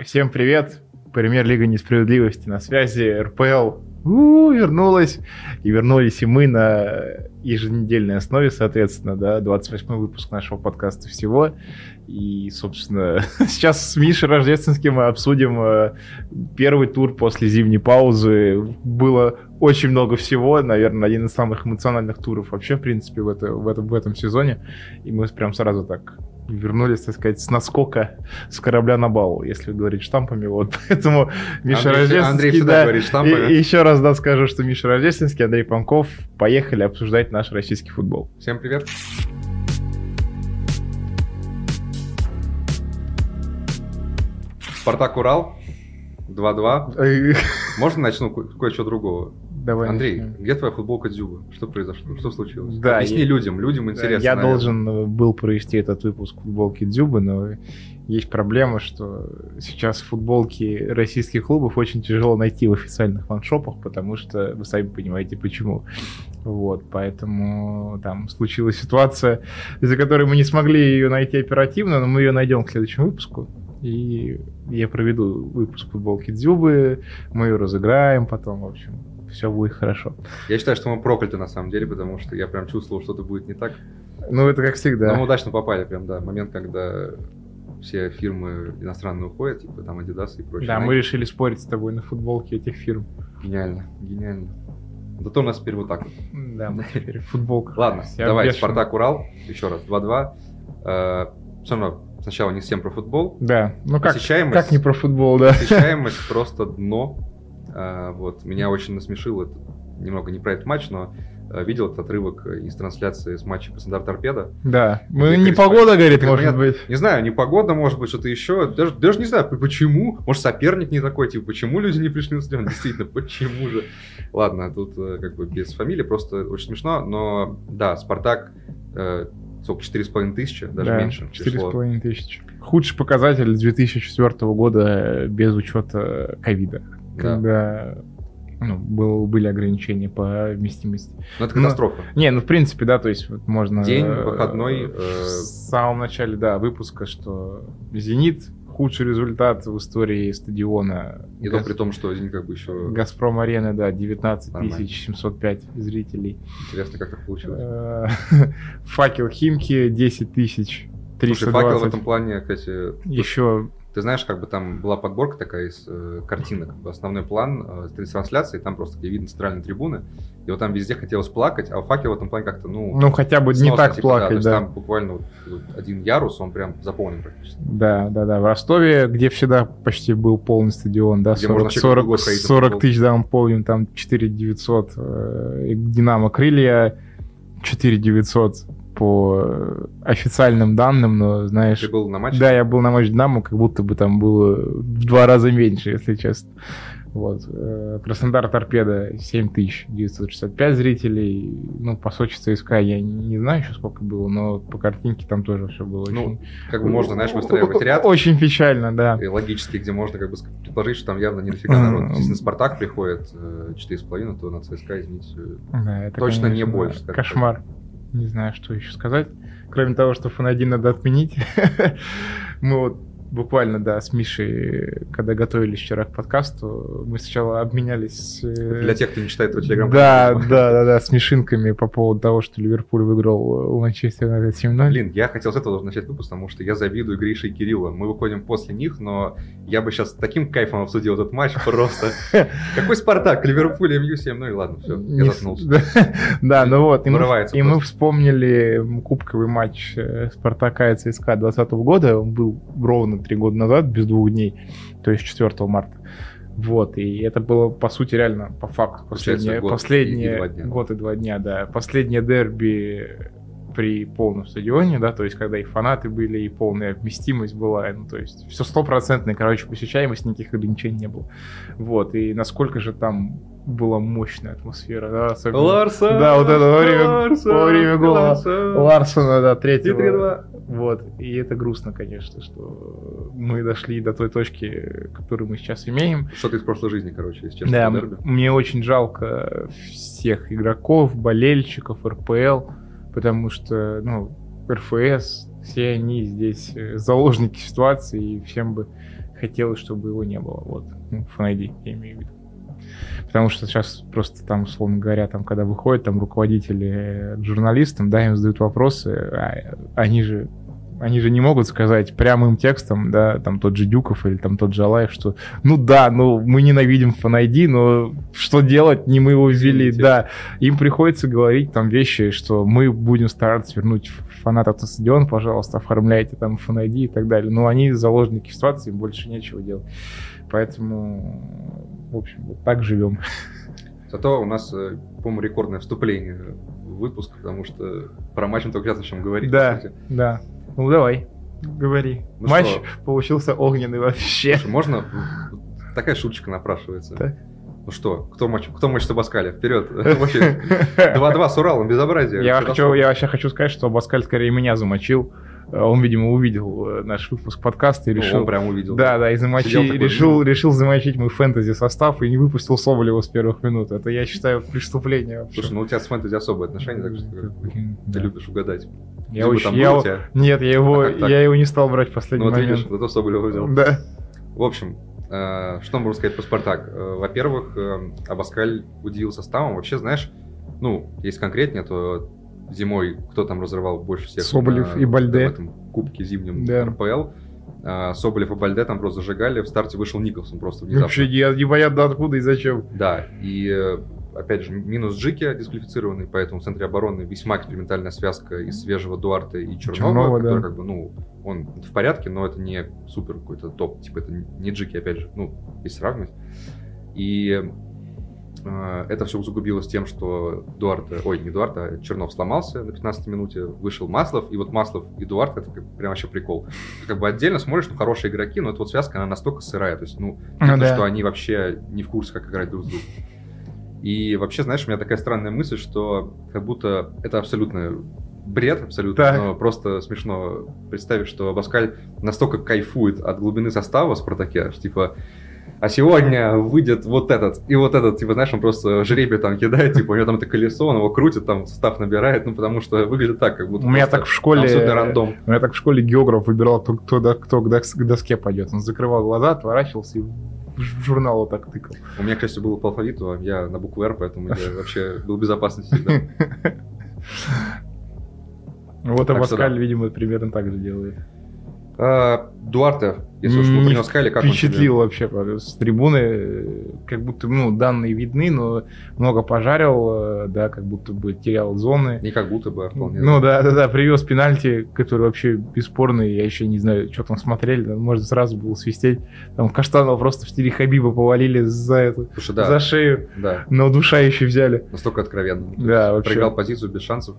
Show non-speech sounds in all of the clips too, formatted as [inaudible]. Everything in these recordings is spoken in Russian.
Всем привет! Премьер-лига несправедливости на связи, РПЛ у-у, вернулась. И вернулись и мы на еженедельной основе, соответственно, да, 28 выпуск нашего подкаста всего. И, собственно, [laughs] сейчас с Мишей Рождественским мы обсудим э, первый тур после зимней паузы. Было очень много всего, наверное, один из самых эмоциональных туров вообще, в принципе, в, это, в, этом в этом сезоне. И мы прям сразу так вернулись, так сказать, с наскока с корабля на балу, если говорить штампами. Вот [laughs] поэтому Миша Андрей, Рождественский... Андрей всегда да, говорит штампами. и, и еще раз, да, скажу, что Миша Рождественский, Андрей Панков. Поехали обсуждать наш российский футбол. Всем привет. Спартак Урал 2-2. Э, [laughs] Можно начну ко- кое-чего другого? Давай Андрей, начнем. где твоя футболка Дзюба? Что произошло? Что случилось? Да, Объясни я- людям, людям интересно. Я наверное. должен э, был провести этот выпуск футболки Дзюбы, но есть проблема, что сейчас футболки российских клубов очень тяжело найти в официальных ваншопах, потому что вы сами понимаете почему. Вот, поэтому там случилась ситуация, из-за которой мы не смогли ее найти оперативно, но мы ее найдем к следующему выпуску. И я проведу выпуск футболки Дзюбы, мы ее разыграем потом, в общем, все будет хорошо. Я считаю, что мы прокляты на самом деле, потому что я прям чувствовал, что-то будет не так. Ну, это как всегда. Но мы удачно попали, прям, да, момент, когда все фирмы иностранные уходят, типа там Adidas и прочее. Да, Nike. мы решили спорить с тобой на футболке этих фирм. Гениально, гениально. Зато у нас теперь вот так вот. Да, мы теперь футболка. Ладно, Вся давай, бешеная. Спартак Урал, еще раз, 2-2. Все равно сначала не всем про футбол. Да, ну как, Посещаемость. как не про футбол, да. Посещаемость просто дно. А, Вот, меня очень насмешил этот, немного не про этот матч, но э, видел этот отрывок из трансляции с матча Краснодар Торпеда. Да, мы Где не Криспа- погода горит, Криспа- может быть. Не знаю, не погода, может быть, что-то еще. Даже, даже не знаю, п- почему. Может, соперник не такой, типа, почему люди не пришли на стадион? Действительно, почему же? Ладно, тут э, как бы без фамилии, просто очень смешно. Но да, Спартак, э, сколько, 4,5 тысячи, даже Да, меньше пришло. 4,5 тысячи. Худший показатель 2004 года э, без учета ковида, Да. когда ну, был, были ограничения по вместимости. Но это Ну, катастрофа. Не, ну в принципе, да, то есть вот можно... День, э, выходной, э, В самом начале, да, выпуска, что «Зенит» худший результат в истории стадиона. И то Газ- при том, что Зенит как бы еще... Газпром Арена, да, 19 Нормально. 705 зрителей. Интересно, как так получилось. Э, [laughs] Факел Химки 10 тысяч Слушай, факел в этом 320. плане, кстати, Еще Ты знаешь, как бы там была подборка такая из э, картинок, как бы основной план э, трансляции, там просто где видно центральные трибуны, и вот там везде хотелось плакать, а факел в этом плане как-то, ну... ну хотя бы не сносно, так типа, то плакать, есть да. там буквально вот, вот один ярус, он прям заполнен практически. Да, да, да. В Ростове, где всегда почти был полный стадион, да, Где 40, можно вообще 40, круглый ходить на 40 футбол. тысяч, да, мы помним, там 4 900 э, Динамо Крылья, 4 900 по э, официальным данным, но, знаешь, Ты был на матче? Да, я был на матче Динамо, как будто бы там было в два раза меньше, если честно. Вот. э, Краснодар Торпеда 7965 зрителей. Ну, по Сочи ЦСКА я не знаю еще сколько было, но по картинке там тоже все было Ну, очень... Как бы можно, [laughs] знаешь, выстраивать ряд, Очень печально, да. и логически, где можно как бы ск- предположить, что там явно не дофига М. народ. Если на Спартак приходит э, 4,5, то на ЦСКА, извините, э, Да, это, Точно не конечно, больше, так Кошмар. Не знаю, что еще сказать. Кроме того, что фон 1 надо отменить. [laughs] Мы вот буквально, да, с Мишей, когда готовились вчера к подкасту, мы сначала обменялись... э, для тех, кто не читает твой телеграм Да, [laughs] да, да, да, смешинками по поводу того, что Ливерпуль выиграл у Манчестера Юнайтед 7-0. Блин, я хотел с этого даже начать выпуск, потому что я завидую Грише и Кириллу. Мы выходим после них, но я бы сейчас таким кайфом обсудил этот матч [laughs] просто. Какой Спартак? Ливерпуль, МЮ 7 ну и ладно, все, я Не- заснулся. Да, [laughs] Да, ну вот, и мы, Вырывается и мы просто. вспомнили кубковый матч э, Спартака и ЦСКА 2020 года, он был ровно три года назад, без двух дней, то есть 4 марта. Вот, и это было, по сути, реально, по факту, Получается, последнее, год и- последнее- и два дня. год и два дня, да, последнее дерби при полном стадионе, да, то есть когда и фанаты были, и полная вместимость была, ну, то есть все стопроцентное, короче, посещаемость, никаких ограничений не было. Вот, и насколько же там была мощная атмосфера, да, особенно... Ларсон! Да, вот это во время- Ларсон, во время гола. Ларсон. Ларсона, да, И третьего. 3-2. Вот, и это грустно, конечно, что мы дошли до той точки, которую мы сейчас имеем. Что-то из прошлой жизни, короче, если честно, Да, по м- дерби. мне очень жалко всех игроков, болельщиков, РПЛ, потому что, ну, РФС, все они здесь э, заложники ситуации, и всем бы хотелось, чтобы его не было. Вот, ну, Fan ID, я имею в виду. Потому что сейчас просто там, условно говоря, там, когда выходят там руководители э, к журналистам, да, им задают вопросы, а они же они же не могут сказать прямым текстом, да, там тот же Дюков или там тот же Алаев, что ну да, ну мы ненавидим фанайди, но что делать, не мы его ввели, Извините. да. Им приходится говорить там вещи, что мы будем стараться вернуть фанатов на стадион, пожалуйста, оформляйте там фанайди и так далее. Но они заложники ситуации, им больше нечего делать. Поэтому, в общем, вот так живем. [laughs] Зато у нас, э, по-моему, рекордное вступление в выпуск, потому что про матч мы только сейчас начнем говорить. по Да, сути. да. Ну давай, говори. Ну Матч что? получился огненный вообще. Слушай, можно? Вот Такая шуточка напрашивается. Так. Ну что, кто матч, кто матч Сабаскаля? [laughs] Вперед! [laughs] Вообще, 2-2 с Уралом, безобразие. Я, Всё хочу, расход. я вообще хочу сказать, что Баскаль скорее меня замочил. Э, Он, видимо, увидел э, наш выпуск подкаста и Ну, решил... Он прям увидел. да, да, и замочи, Сидел такой, решил, ну. решил замочить мой фэнтези состав и не выпустил Соболева с первых минут. Это, я считаю, преступление вообще. Слушай, ну у тебя с фэнтези особое отношение, так что как бы, [laughs] ты Да. любишь угадать. я Либо очень, там я был у его- тебя, Нет, я его, А как так? я его не стал брать в ну последний вот видишь, момент. зато Соболев взял. да. В общем, э, что можно сказать про «Спартак»? Э, Во-первых, э, Абаскаль удивил составом. Вообще, знаешь, ну, если конкретнее, то зимой кто там разрывал больше всех? Соболев на- и Бальде. В этом кубке зимнем Да. РПЛ. Э, Соболев и Бальде там просто зажигали. В старте вышел Николсон просто внезапно. Вообще, я не понятно откуда и зачем. Да, и э, опять же, минус Джики дисквалифицированный, поэтому в центре обороны весьма экспериментальная связка из свежего Дуарта и Чернова, Чернова, который да. как бы, ну, он в порядке, но это не супер какой-то топ, типа это не Джики, опять же, ну, если сравнивать. И э, это все усугубилось тем, что Дуарта, ой, не Дуарта, а Чернов сломался на 15 минуте, вышел Маслов, и вот Маслов и Дуарт, это как, прям вообще прикол. Ты как бы отдельно смотришь, ну, хорошие игроки, но эта вот связка, она настолько сырая, то есть, ну, Ну то, да. что они вообще не в курсе, как играть друг с другом. И вообще, знаешь, у меня такая странная мысль, что как будто это абсолютно бред, абсолютно, Так. но просто смешно представить, что Баскаль настолько кайфует от глубины состава в «Спартаке», что типа а сегодня выйдет вот этот, и вот этот, типа, знаешь, он просто жребий там кидает, типа, у него там это колесо, он его крутит, там состав набирает, ну, потому что выглядит так, как будто У меня просто так в школе... абсолютный рандом. Ну, Я так в школе географ выбирал, кто, кто, до- кто к дос- к доске пойдет. Он закрывал глаза, отворачивался и в ж- в журнал вот так тыкал. У меня, к счастью, было по алфавиту, а я на букву «Р», поэтому я вообще был безопасен всегда. Вот Так что Абаскаль, видимо, примерно так же делает. А, Дуарте, если уж мы Не про него сказали, как он тебе? Впечатлил вообще правда, с трибуны. э, Как будто, ну, данные видны, но много пожарил, э, да, как будто бы терял зоны. Не как будто бы, а вполне. Ну да, да, да, привез пенальти, который вообще бесспорный, я еще не знаю, что там смотрели, да, можно сразу было свистеть. Там Каштанова просто в стиле Хабиба повалили за эту, Слушай, да, за шею, да, но душа еще взяли. настолько откровенно. Да, вообще. Проиграл позицию без шансов.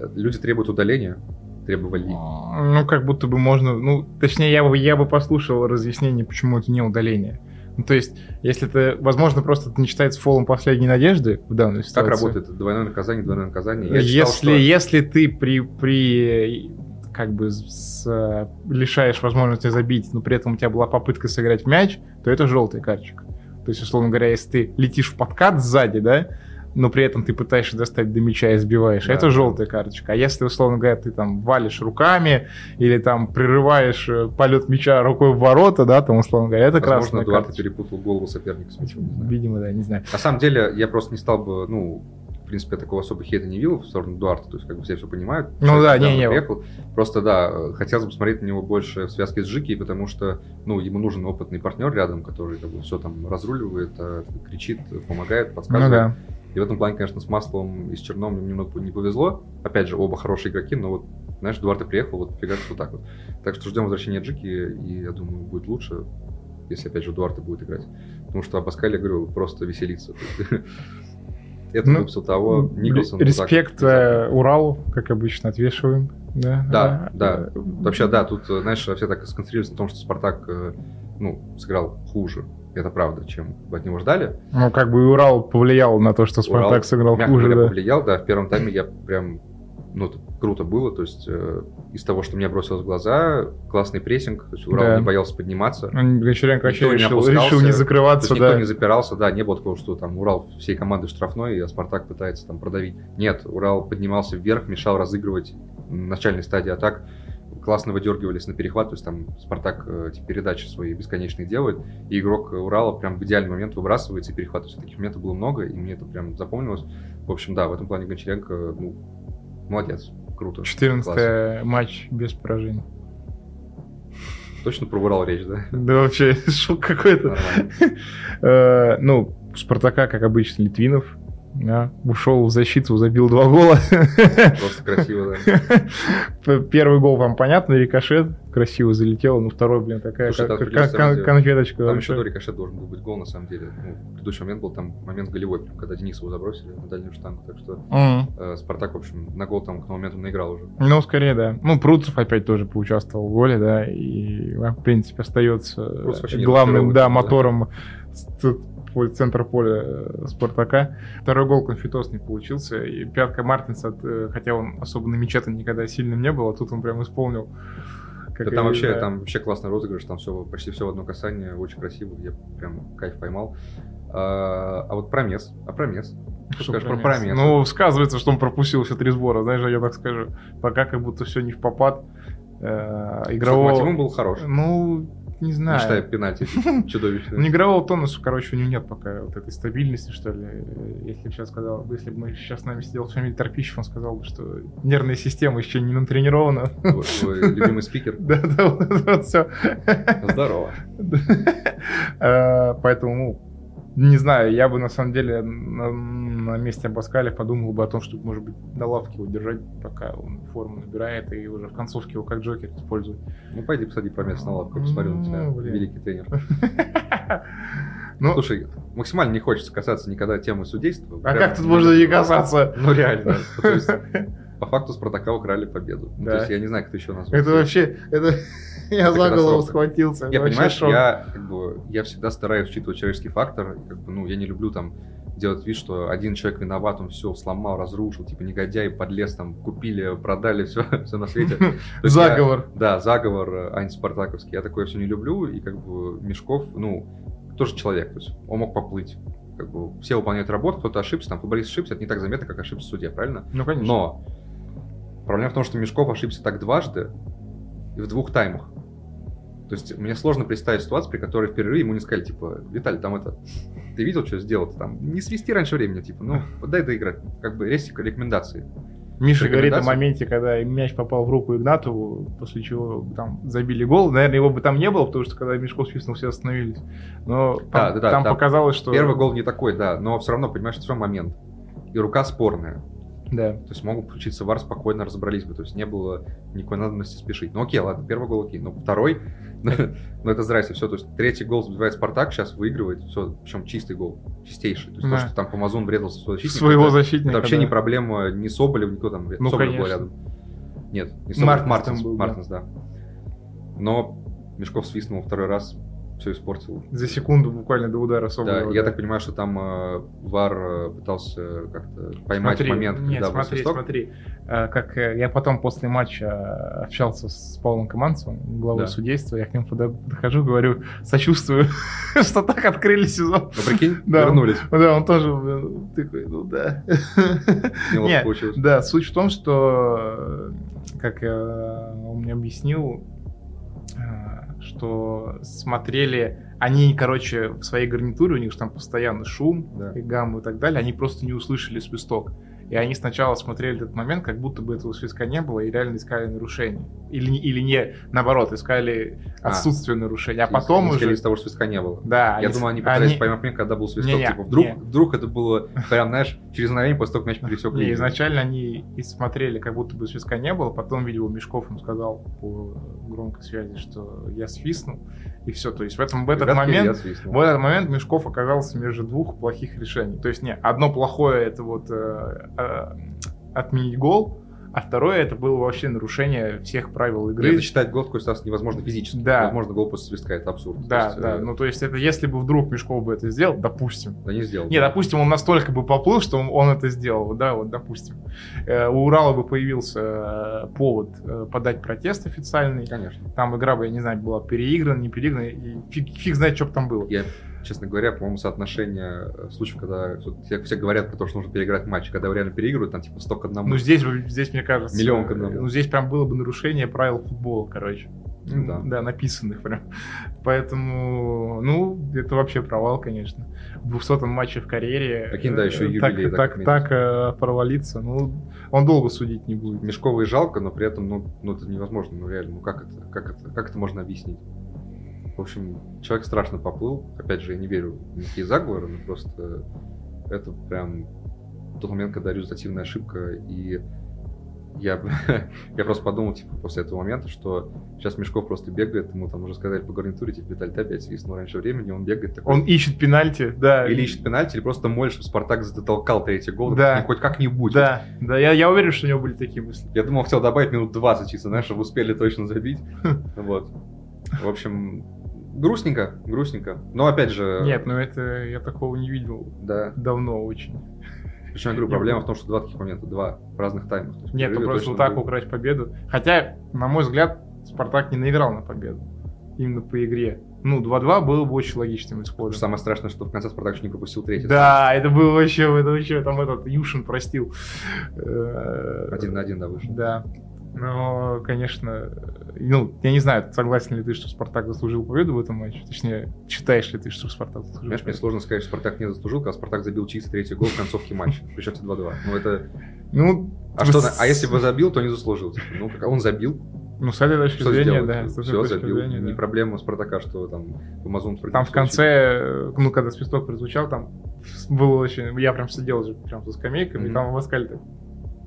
Э, Люди требуют удаления, требовали. Ну, как будто бы можно... Ну, точнее, я бы, я бы послушал разъяснение, почему это не удаление. Ну, то есть, если это... Возможно, просто это не считается фолом последней надежды в данной Как ситуации. работает двойное наказание, двойное наказание? Я читал, Если, если ты при, при э, как бы с- э, лишаешь возможности забить, но при этом у тебя была попытка сыграть в мяч, то это желтый карточка. То есть, условно говоря, если ты летишь в подкат сзади, да, но при этом ты пытаешься достать до мяча и сбиваешь, Да, это да. желтая карточка. А если, условно говоря, ты там валишь руками или там прерываешь э, полет мяча рукой в ворота, да, там, условно говоря, это что, возможно, красная Дуарте карточка. перепутал голову соперника с мячом. не знаю. Видимо, да, не знаю. На самом деле, я просто не стал бы, ну, в принципе, я такого особо хейта не видел в сторону Дуарта, то есть как бы все все понимают. Ну Человек да, недавно не-не. приехал. Просто, да, э, хотелось бы смотреть на него больше в связке с Джики, потому что, ну, ему нужен опытный партнер рядом, который как бы все там разруливает, э, кричит, э, помогает, Ну подсказывает. да. И в этом плане, конечно, с Маслом и с Черном им немного не повезло. Опять же, оба хорошие игроки, но вот, знаешь, Дуарте приехал, вот фига вот так вот. Так что ждем возвращения Джики, и я думаю, будет лучше, если, опять же, Дуарте будет играть. Потому что Абаскаль, я говорю, просто веселится. [laughs] Это Ну, выпуск того, Николсон. Ре- вот так вот. Респект э, Уралу, как обычно, отвешиваем. Да, Да, да. Э, Вообще, да, тут, э, знаешь, все так сконцентрировались на том, что Спартак, э, ну, сыграл хуже. Это правда, чем бы от него ждали. Ну, как бы и Урал повлиял на то, что Спартак Урал, сыграл мягко хуже, говоря, да. повлиял, да. В первом тайме я прям, ну, это круто было, то есть э, из того, что мне бросилось в глаза, классный прессинг, то есть Урал Да. не боялся подниматься, то Ну, Гончаренко вообще Никто не решил, опускался, решил не есть закрываться, никто да. не запирался, да, не было такого, что там Урал всей команды штрафной, а Спартак пытается там продавить. Нет, Урал поднимался вверх, мешал разыгрывать в начальной стадии атак классно выдергивались на перехват, то есть там Спартак э, эти передачи свои бесконечные делает, и игрок Урала прям в идеальный момент выбрасывается и перехватывает. То есть Таких моментов было много, и мне это прям запомнилось. В общем, да, в этом плане Гончаренко, ну, молодец, круто. 14 матч без поражений. класс. Точно про Урал речь, да? [laughs] Да вообще, шок какой-то. Нормально. Э, Ну, у Спартака, как обычно, Литвинов. да, ушел в защиту, забил два гола. [laughs] Просто красиво, да. П- Первый гол вам понятно, рикошет, красиво залетел, ну второй, блин, такая Слушай, как- там как- придётся кон- конфеточка. Там вообще. еще до рикошет должен был быть гол, на самом деле. Ну, предыдущий момент был там момент голевой, прям, когда Денисову забросили на дальнюю штангу. Так что Мгм. э, Спартак, в общем, на гол там к тому моменту наиграл уже. Ну, скорее, да. Ну, Пруцев опять тоже поучаствовал в голе, да, и, в принципе, остается Пруцев вообще не главным, разочаровывает, да, да. мотором с- ц- поль- центра поля э, Спартака. Второй гол конфетос не получился, и пятка Мартинса, э, хотя он особо на мяче-то никогда сильным не был, а тут он прям исполнил. как Да там и, вообще, да. там вообще классный розыгрыш, там все, почти все в одно касание, очень красиво, я прям кайф поймал. А, а вот промес, а промес. Что Что скажешь про про Месса? Промеса? Ну, сказывается, что он пропустил все три сбора, знаешь, я так скажу. Пока как будто все не в попад. Э, С Локомотивом игрового... был хорош, Ну, не не считая знаю. пенальти [laughs] Ну, чудовищный. игрового тонуса, короче, у него нет пока вот этой стабильности, что ли. Э, Если бы сейчас сказал, если бы мы сейчас с нами сидел Шамиль Торпищев, он сказал бы, что нервная система еще не натренирована. [laughs] Твой твой любимый спикер. Да, да, вот это вот все. Здорово. [laughs] Э, Поэтому, ну, не знаю, я бы на самом деле на, на месте Абаскаля подумал бы о том, чтобы, может быть, на лавке его держать, пока он форму набирает, и уже в концовке его как Джокер использовать. Ну, пойди посади промес на лапку, посмотрю на тебя, [laughs] Ну, блин. великий тренер. Ну, Слушай, максимально не хочется касаться никогда темы судейства. а Прям как тут не можно не люблю. касаться? Ну реально. То [laughs] есть, По факту Спартака украли победу. Ну, Да. То есть я не знаю, как это еще назвать. Это вообще, это... [laughs] Я Это за голову катастрофа. схватился. Я, это вообще понимаешь, шок. [laughs] я, как бы, я всегда стараюсь учитывать человеческий фактор. и Как бы, ну, я не люблю там делать вид, что один человек виноват, он все сломал, разрушил, типа негодяй, подлез, там, купили, продали, [laughs] все, все на свете. То есть я- Заговор. Да, заговор э, антиспартаковский. Я такое все не люблю, и как бы Мешков, ну, тоже человек, то есть он мог поплыть. Как бы все выполняют работу, кто-то ошибся, там футболист ошибся, это не так заметно, как ошибся судья, правильно? Ну, конечно. Но проблема в том, что Мешков ошибся так дважды и в двух таймах. То есть мне сложно представить ситуацию, при которой в перерыве ему не сказали, типа, Виталий, там это, ты видел, что сделал там? Не свисти раньше времени, типа, ну, дай доиграть. Как бы есть рекомендации. Миша говорит о Рекомендации? моменте, когда мяч попал в руку Игнатову, после чего там забили гол. Наверное, его бы там не было, потому что когда Мешков свистнул, все остановились. Но там, Да, да, да, там да. показалось, что... Первый гол не такой, да, но все равно, понимаешь, это все момент. И рука спорная. Да. То есть могут включиться вар, спокойно разобрались бы. То есть не было никакой надобности спешить. Ну окей, ладно, первый гол окей, но второй, [laughs] ну это здрасте, все. То есть третий гол забивает Спартак, сейчас выигрывает, все, причем чистый гол, чистейший. То есть Да. то, что там Помазон врезался в своего защитника, Своего это- защитника. это вообще да. не проблема ни Соболев, никто там, Ну, Соболев был конечно. рядом. Нет, не Мартинс Соболев, там Мартинс, был, да. Мартинс, да. Но Мешков свистнул второй раз, все испортил. За секунду буквально до удара Соболева. Да, я так понимаю, что там э, Вар э, пытался как-то поймать Смотри, момент, Нет, когда был смотри, свисток. смотри. А, Как э, я потом после матча э, общался с Павлом Команцевым, главой Да. судейства, я к нему подо- подхожу, говорю, сочувствую, [laughs] что так открыли сезон. Ну, прикинь, Да. вернулись. Да, он тоже блин, такой, ну да. Неловко Нет, получилось. Да, суть в том, что, э, как э, он мне объяснил, э, что смотрели, они, короче, в своей гарнитуре, у них же там постоянно шум, Да. и гамму и так далее, они просто не услышали свисток. И они сначала смотрели этот момент, как будто бы этого свистка не было, и реально искали нарушение. Или, не- или не, наоборот, искали А. отсутствие нарушения. А Если- потом если уже... из того, что свистка не было. Да, Я они- думал, они пытались они- поймать момент, когда был свисток. Не-не, типа, вдруг, не. вдруг это было прям, знаешь, через мгновение после того, как мяч пересек Не, линию. изначально они и смотрели, как будто бы свистка не было, потом, видимо, Мешков им сказал по громкой связи, что я свистнул, и все. То есть в, этом, в этот Ребятки, момент я свистнул. в этот момент Мешков оказался между двух плохих решений. То есть, не, одно плохое это вот э, э, отменить гол, а второе это было вообще нарушение всех правил Нет, игры. засчитать гол в такой ситуации невозможно физически. Да. Возможно, гол после свистка, это абсурд. То Да, есть, да. э, Ну, то есть, это если бы вдруг Мешков бы это сделал, допустим, Да не сделал. Не, допустим, он настолько бы поплыл, что он- он это сделал, да, вот, допустим. Э, У Урала бы появился э, повод э, подать протест официальный. Конечно. Там игра бы, я не знаю, была переиграна, не переиграна, и фиг, фиг знает, что бы там было. Я честно говоря, по-моему, соотношение э, случаев, когда тут все, все говорят про то, что нужно переиграть матч, когда его реально переигрывают, там типа 100 к одному. Ну, здесь, бы- здесь, мне кажется... Миллион к одному. Ну, здесь прям было бы нарушение правил футбола, короче. Ну да. написанных прям. Поэтому, ну, это вообще провал, конечно. В 200-м матче в карьере... Прикинь, да, э, еще и так- юбилей, да, Так, как так, э, провалиться, ну, он долго судить не будет. Мешковый жалко, но при этом, ну, ну, это невозможно, ну, реально, ну, как это, как это, как это можно объяснить? В общем, человек страшно поплыл, опять же, я не верю в никакие заговоры, но просто это прям тот момент, когда результативная ошибка, и я, [laughs] я просто подумал, типа, после этого момента, что сейчас Мешков просто бегает, ему там уже сказали по гарнитуре, типа, Виталь, ты опять свистнул раньше времени, он бегает такой... Он ищет пенальти, да. или ищет пенальти, или просто молишь, чтобы Спартак затолкал третий гол, Да. хоть как-нибудь. Да, да, я, я уверен, что у него были такие мысли. Я думал, хотел добавить минут 20 чисто, знаешь, чтобы успели точно забить. [laughs] Вот. В общем, грустненько, грустненько. Но опять же... Нет, ну это я такого не видел Да. давно очень. Причем, я говорю, проблема в том, что два таких момента, два в разных таймах. То есть Нет, ну перерыве просто вот точно так был. украсть победу. Хотя, на мой взгляд, Спартак не наиграл на победу. Именно по игре. Ну, 2-2 было бы очень логичным Потому исходом. что самое страшное, что в конце Спартак еще не пропустил третий. Да, это было вообще, это вообще, там этот Юшин простил. Э, Один на один, да, вышел. Да. Но, конечно, э, ну, я не знаю, согласен ли ты, что Спартак заслужил победу в этом матче? Точнее, считаешь ли ты, что Спартак заслужил Понимаешь, мне победу? сложно сказать, что Спартак не заслужил, когда Спартак забил чистый третий гол в концовке матча. [laughs] При счете 2-2. Ну это... Ну, А, с- что, а если бы забил, то не заслужил. Типа, Ну, как... а он забил, Ну, с этой точки что зрения, сделать? да. с этой Все, точки забил. зрения, Не да. проблема Спартака, что там Бумазун Там в [laughs] конце, э, ну, когда свисток прозвучал, там с- было очень... Я прям сидел же прям за скамейками, и Мгм. там Васкаль так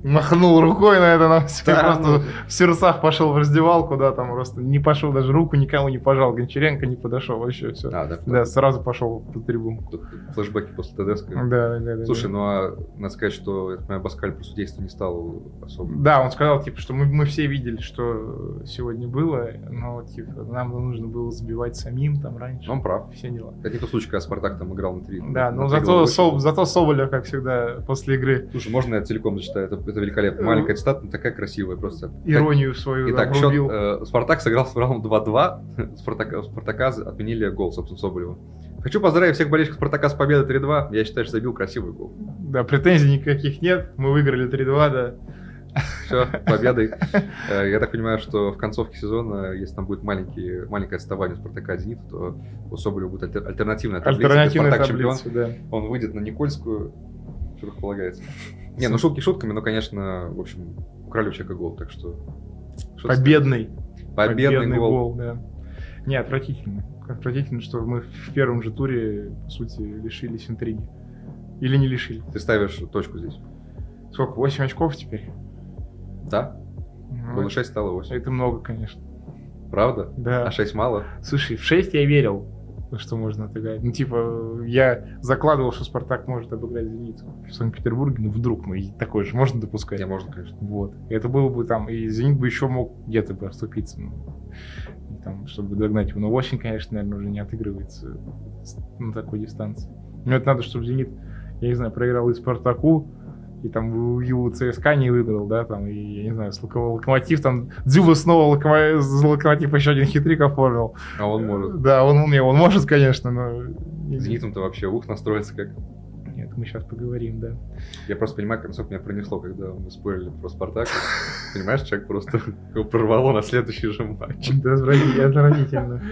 махнул рукой на это, на все, Да, ну, просто в сердцах пошел в раздевалку, да, там просто не пошел даже руку, никому не пожал, Гончаренко не подошел, вообще все. Да, А, да, сразу пошел по трибунку. Тут Флэшбэки после ТДСК. Да, да, да, да. Слушай, да. ну а надо сказать, что это моя Баскаль просто действия не стал особо. Да, он сказал, типа, что мы, мы все видели, что сегодня было, но, типа, нам нужно было забивать самим там раньше. Он прав. Все дела. Это не тот случай, когда а Спартак там играл на три. Да, на но три зато, гола Сол- вышел. зато Соболев, как всегда, после игры Слушай, можно я целиком зачитаю? Это, это великолепно. Э, Маленькая цитата, но такая красивая просто. иронию свою Итак, счет, обрубил. э, Спартак сыграл с Уралом 2-2. [laughs] Спартака, Спартака отменили гол, собственно, Соболева. Хочу поздравить всех болельщиков Спартака с победой 3-2. Я считаю, что забил красивый гол. Да, претензий никаких нет. Мы выиграли 3-2, да. Все, победой. Э, Я так понимаю, что в концовке сезона, э, если там будет маленький, маленькое отставание у Спартака от Зенита, то у Соболева будет альтер- альтернативная таблица. где Альтернативная Спартак чемпион, таблица, да. он выйдет на Никольскую. Что как полагается. Не, ну шутки шутками, но, конечно, в общем, украли у человека гол, так что... что ты Победный. скажешь? Победный, гол. да. Не, отвратительно. Отвратительно, что мы в первом же туре, по сути, лишились интриги. Или не лишили. Ты ставишь точку здесь. Сколько? 8 очков теперь? Да? Ну, Было 6, стало 8. это много, конечно. Правда? Да. А 6 мало? Слушай, в 6 я верил, что можно отыграть. Ну, типа, я закладывал, что Спартак может обыграть Зенит в Санкт-Петербурге, ну, вдруг, ну, и такое же можно допускать. Не, можно, конечно. Вот. И Это было бы там, и Зенит бы еще мог где-то бы оступиться, ну, и там, чтобы догнать его. Но 8, конечно, наверное, уже не отыгрывается с- на такой дистанции. Но это надо, чтобы Зенит, я не знаю, проиграл и Спартаку, и там у его ЦСКА не выиграл, да, там, и, я не знаю, с Локомо- Локомотив, там, Дзюба снова локомо- за Локомотив еще один хитрик оформил. А он может. Да, он, он, не, он может, конечно, но... Зенитом-то вообще ух настроится как. Нет, мы сейчас поговорим, да. Я просто понимаю, как насколько меня пронесло, когда мы спорили про Спартак. Понимаешь, человек просто [laughs] его прорвало на следующий же матч. Да, отврати- отвратительно.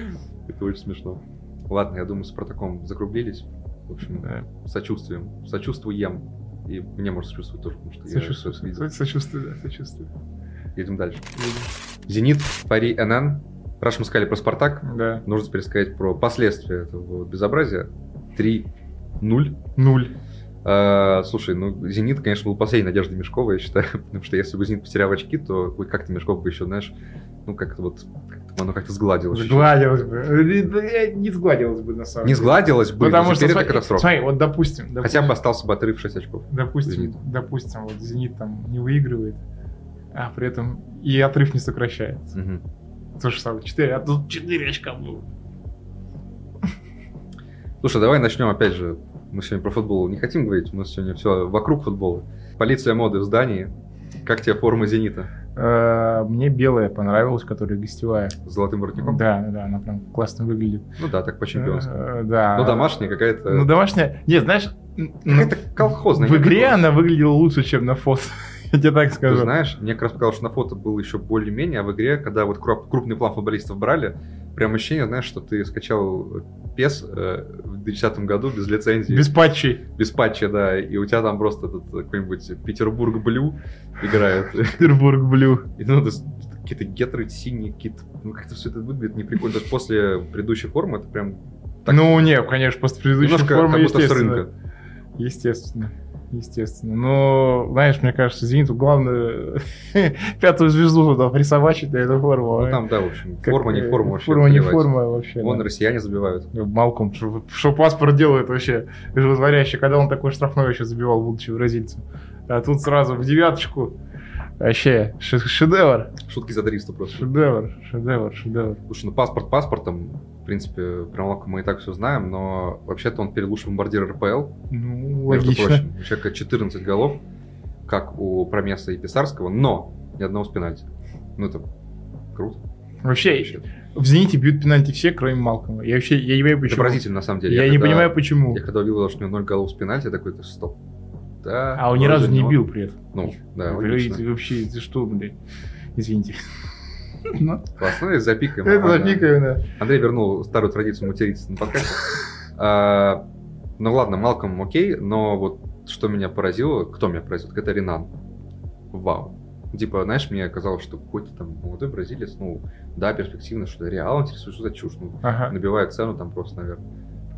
Это очень смешно. Ладно, я думаю, с Спартаком закруглились. В общем, Да, сочувствуем. Сочувствуем. И мне может сочувствовать тоже, потому что я всё это Сочувствую, видел. со- сочувствую, да, сочувствую. Едем дальше. Зенит, Пари, НН. Раз мы сказали про Спартак, Да, нужно теперь сказать про последствия этого безобразия. 3-0. нуль. А, слушай, ну, «Зенит», конечно, был последней надеждой Мешкова, я считаю, [laughs] потому что если бы «Зенит» потерял очки, то хоть как-то Мешков бы еще, знаешь, ну, как-то вот, как-то оно как-то сгладилось. чуть-чуть. Сгладилось бы. Э, да я Не сгладилось бы, на самом Не деле. сгладилось бы, Потому но что, теперь это смотри, катастрофа. смотри, вот допустим, допустим, Хотя бы остался бы отрыв 6 очков. допустим, «Зенит». допустим, вот Зенит там не выигрывает, а при этом и отрыв не сокращается. Мгм. То же самое, 4, а тут 4 очка было. Слушай, давай начнем опять же. Мы сегодня про футбол не хотим говорить, у нас сегодня все вокруг футбола. Полиция моды в здании. Как тебе форма «Зенита»? Э, Мне белая понравилась, которая гостевая. С золотым воротником? Да, да, она прям классно выглядит. Ну да, так по-чемпионски. Э, Да. Ну домашняя какая-то... Ну, домашняя. Не, знаешь, м, Какая-то ну, колхозная. в я игре такой. она выглядела лучше, чем на фото. [laughs] Я тебе так Ты скажу. знаешь, мне как раз показалось, что на фото было еще более-менее, а в игре, когда вот кроп- крупный план футболистов брали, прям ощущение, знаешь, что ты скачал пес э, в 2010 году без лицензии, Без без, патчей. патча, да, и у тебя там просто этот э, какой-нибудь Петербург Блю играет. Петербург Блю. И, ну, это с- какие-то гетры синие, какие-то... Ну, как-то все это выглядит неприкольно. Даже после предыдущей формы это прям... так Ну, не, конечно, после предыдущей немножко формы, как будто с естественно. рынка. Естественно. Естественно. Но, знаешь, мне кажется, «Зениту» главное [laughs] пятую звезду туда присобачить на эту форму. Ну, там, да, в общем, Как, форма, не э, форма вообще. Форма, не плевать. форма вообще. Вон да. Ну, россияне забивают. Малком, что, что паспорт делает вообще животворящий, когда он такой штрафной еще забивал, будучи бразильцем. А тут сразу в девяточку. Вообще, ш- шедевр, Шутки за 300 просто. шедевр, шедевр, шедевр. Слушай, ну паспорт паспортом, в принципе, про Малкома мы и так все знаем, но вообще-то он перед лучшим бомбардиром РПЛ. Ну, между логично. прочим. У человека 14 голов, как у Промеса и Писарского, но ни одного с пенальти. Ну это круто. Вообще, вообще. в «Зените» бьют пенальти все, кроме Малкома. Я вообще, я не понимаю, Это почему. поразительно, на самом деле. Я не когда- понимаю, почему. Я когда увидел, что у него 0 голов с пенальти, я такой, это стоп. Да, А он ни вроде, разу не но- бил при этом. Ну, да, Блин, логично. Вообще, ты что, блядь? Извините. [laughs] Ну, Классно, ну, и запикаем. Это Ладно. запикаем, да. Андрей вернул старую традицию материться на подкасте. А, Ну ладно, Малком окей, но вот что меня поразило, кто меня поразил, так это Ренан. Вау. Типа, знаешь, мне казалось, что какой-то там молодой бразилец, ну, да, перспективно, что Реал интересует, что за чушь, ну, Ага. набивает цену там просто, наверное.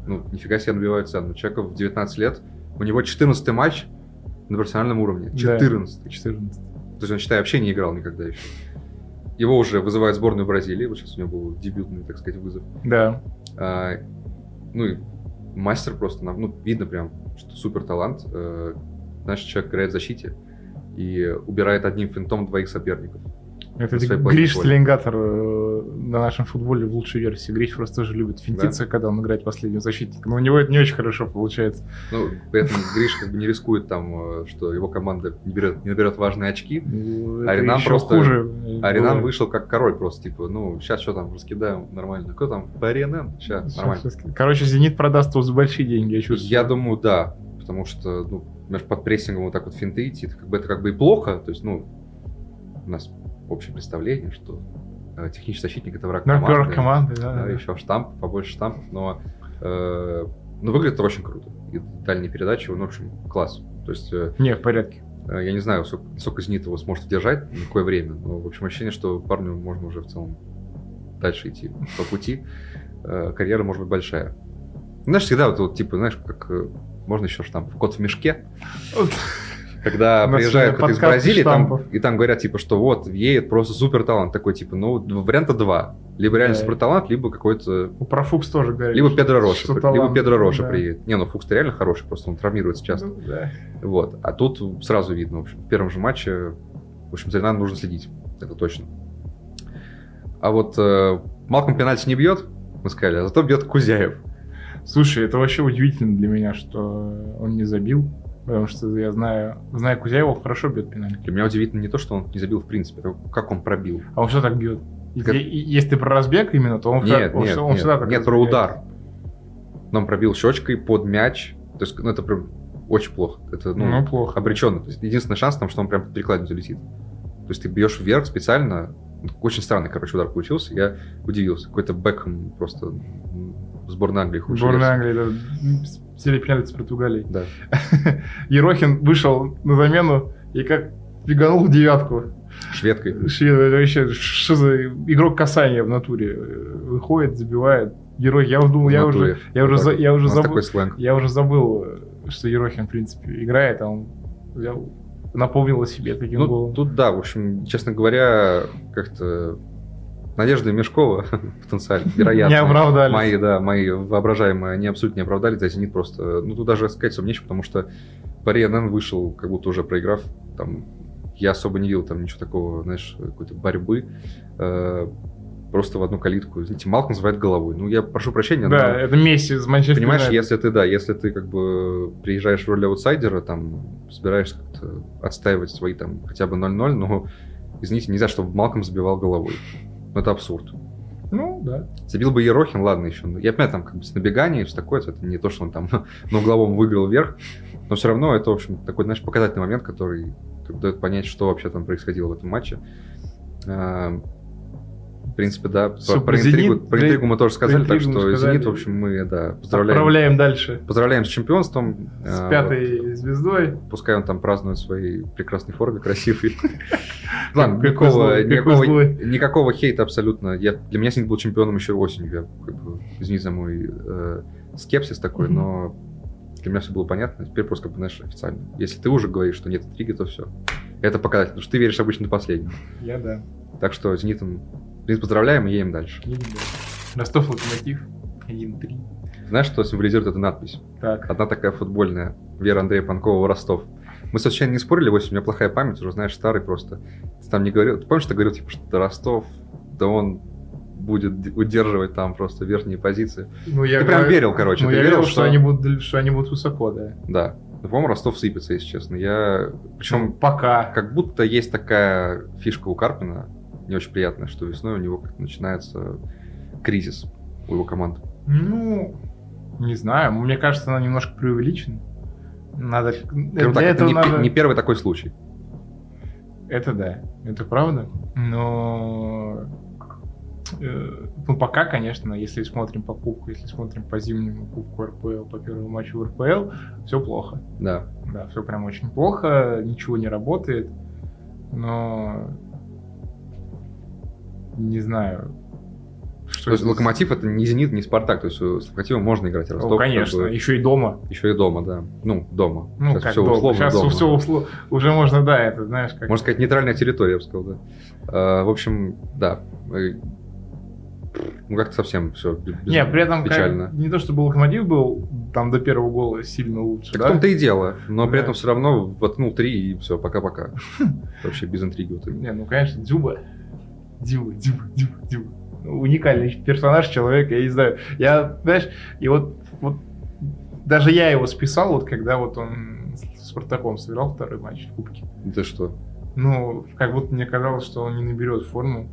Ну, нифига себе набивает цену. Человеку в 19 лет, у него 14 матч на профессиональном уровне. Да. 14. 14. То есть он, считай, вообще не играл никогда еще. Его уже вызывают в сборную Бразилии. Вот сейчас у него был дебютный, так сказать, вызов. Да. А, ну и мастер просто, нам, ну, видно прям, что супер талант. Э, Знаешь, человек играет в защите и убирает одним финтом двоих соперников. Это своей половине Гриш поля. Сталингатор э, на нашем футболе в лучшей версии. Гриш просто тоже любит финтиться, когда он играет последнего защитника. Но у него это не очень хорошо получается. Ну, поэтому Гриш как бы не рискует там, э, что его команда не берет, не наберет важные очки. А Ренан еще просто- хуже. А Ренан Было. вышел как король просто, типа, ну, сейчас что там, раскидаем нормально. Кто там? Ренан? Сейчас, Сейчас, нормально. сейчас. Короче, Зенит продаст его за большие деньги, я чувствую. Я думаю, да, потому что, ну, знаешь, под прессингом вот так вот финты идти, это как бы, это как бы и плохо, то есть, ну, у нас общее представление, что э, технический защитник это враг Ну, во-первых, команды, команды, да, да, да, да. еще штамп, побольше штампов, но, э, ну, выглядит это очень круто, и дальние передачи, он, в общем, класс, то есть, э, Не, в порядке. э, я не знаю, сколько, сколько «Зенит» его сможет держать, на какое время, но, в общем, ощущение, что парню можно уже в целом дальше идти по пути. Э, Карьера может быть большая. Знаешь, всегда вот, вот, типа, знаешь, как э, можно еще штамп «Кот в мешке», когда У нас сегодня приезжают кто-то из подкаст Бразилии, там, штампов. и там говорят, типа, что вот, едет просто супер талант. Такой, типа, ну, д- варианта два. Либо реально Да. супер талант, либо какой-то... У Про Фукс тоже говорит. Либо что- Педро Роша. что Либо талант, Педро Роша да. приедет. Не, ну Фукс-то реально хороший, просто он травмируется часто. Ну, да. Вот. А тут сразу видно, в общем, в первом же матче, в общем, за Ренаном нужно следить. Это точно. А вот э, Малком пенальти не бьет, мы сказали, а зато бьет Кузяев. Слушай, это вообще удивительно для меня, что он не забил. Потому что я знаю, знаю Кузяева хорошо бьет пенальти. Для меня удивительно не то, что он не забил в принципе, а как он пробил. А он всегда так бьет. И- Как- и- и Если ты про разбег именно, то он, нет, всегда, он нет, всегда- он нет, всегда так нет, про разбегает. удар. Но он пробил щечкой под мяч. То есть, ну, это прям очень плохо. Это, ну, Ну, плохо. обреченно. То есть, единственный шанс там, что он прям под перекладину залетит. То есть, ты бьешь вверх специально. ну, Очень странный, короче, удар получился. Я удивился. Какой-то Бекхэм просто м, в сборной Англии хуже. Сборная Англии, да. Серия пенальти с Португалией. [laughs] Да. Ерохин вышел на замену и как фиганул в девятку. Шведкой. Ши- это вообще, что за игрок касания в натуре? Э, Выходит, забивает. Ерохин, я вот думал, Ну, я В уже, натуре. я уже, Вот за- так вот. я уже У нас забыл. такой сленг. Я уже забыл, э, что Ерохин, в принципе, играет, а он взял- напомнил о себе таким Ну, голом. тут да, в общем, честно говоря, как-то Надежда Мешкова [laughs] [laughs] потенциально, вероятно. Не оправдались. Мои, да, мои воображаемые, они абсолютно не оправдали, за «Зенит» просто... Ну, тут даже сказать особо нечего, потому что Пари НН вышел, как будто уже проиграв. Там, я особо не видел там ничего такого, знаешь, какой-то борьбы. Э, просто в одну калитку. Знаете, Малк называет головой. Ну, я прошу прощения, да, но... это Месси из Манчестера. Понимаешь, Юнайтед. если ты, да, если ты как бы приезжаешь в роли аутсайдера, там, собираешься как-то отстаивать свои там хотя бы 0-0, но извините, нельзя, чтобы Малком забивал головой. Ну, это абсурд. Ну, да. Забил бы Ерохин, ладно еще. Ну, Я понимаю, там как бы с набеганием и все такое, это не то, что он там [laughs] на угловом выиграл вверх, но все равно это, в общем, такой, знаешь, показательный момент, который как бы дает понять, что вообще там происходило в этом матче. А, В принципе, да, про, Всё, про про интригу, «Зенит», про про интригу мы тоже сказали, так интригу мы что сказали. «Зенит», в общем, мы, да, поздравляем, Отправляем дальше. поздравляем с чемпионством. А, С вот. пятой звездой. Пускай он там празднует своей прекрасной форме, [laughs] красивой. Как- Ладно, какой никакого, злой, никакого, какой злой. никакого хейта абсолютно. Я, для меня Зенит был чемпионом еще осенью. Я, как бы, извини за мой э, скепсис такой, Мгм. но для меня все было понятно. Теперь просто, как бы, знаешь, официально. Если ты уже говоришь, что нет интриги, то все. Это показатель, потому что ты веришь обычно до последнего. Я да. Так что Зенитом, Зенит поздравляем и едем дальше. Я не знаю. Ростов Локомотив 1-3. Знаешь, что символизирует эта надпись? Так. Одна такая футбольная. Вера Андрея Панкова, Ростов. Мы случайно не спорили, 8, у меня плохая память, уже знаешь, старый просто. Ты там не говорил, ты помнишь, ты говорил, типа, что Ростов, да он будет д- удерживать там просто верхние позиции. Ну, я Ты прям говорю- верил, короче, Ну, ты я верил, верил, что что- они будут, что они будут высоко, да. Да. Но, по-моему, Ростов сыпется, если честно. Я... Причем, Пока. как будто есть такая фишка у Карпина, не очень приятная, что весной у него как-то начинается кризис у его команды. Ну, не знаю. Мне кажется, она немножко преувеличена. Надо... Скажем Для так, это этого не, пе- надо... не первый такой случай. Это да, это правда. Но э, ну, пока, конечно, если смотрим по кубку, если смотрим по зимнему кубку РПЛ, по первому матчу в РПЛ, все плохо. Да. Да, все прям очень плохо, ничего не работает. Но не знаю. Что То есть это- Локомотив это не Зенит, не Спартак. То есть э, с Локомотивом можно играть. О, Ростов, как конечно, бы, еще и дома. Еще и дома, да. Ну, дома. Ну, Сейчас как всё дома. условно Сейчас дома. все условно. Уже можно, да, это знаешь, как... Можно сказать, нейтральная территория, я бы сказал, да. А, в общем, да. Э, Ну, как-то совсем все Не, при этом как- печально. не то чтобы Локомотив был там до первого гола сильно лучше, Так в да? том-то и дело. Но при Да. этом все равно воткнул три и все, пока-пока. [laughs] Вообще без интриги. вот именно. Не, ну конечно, Дюба. Дюба, Дюба, Дюба, Дюба. Ну, Уникальный персонаж, человек, я не знаю. Я, знаешь, и вот, вот даже я его списал, вот когда вот он с Спартаком сыграл второй матч в Кубке. Ты что? Ну, как будто мне казалось, что он не наберет форму.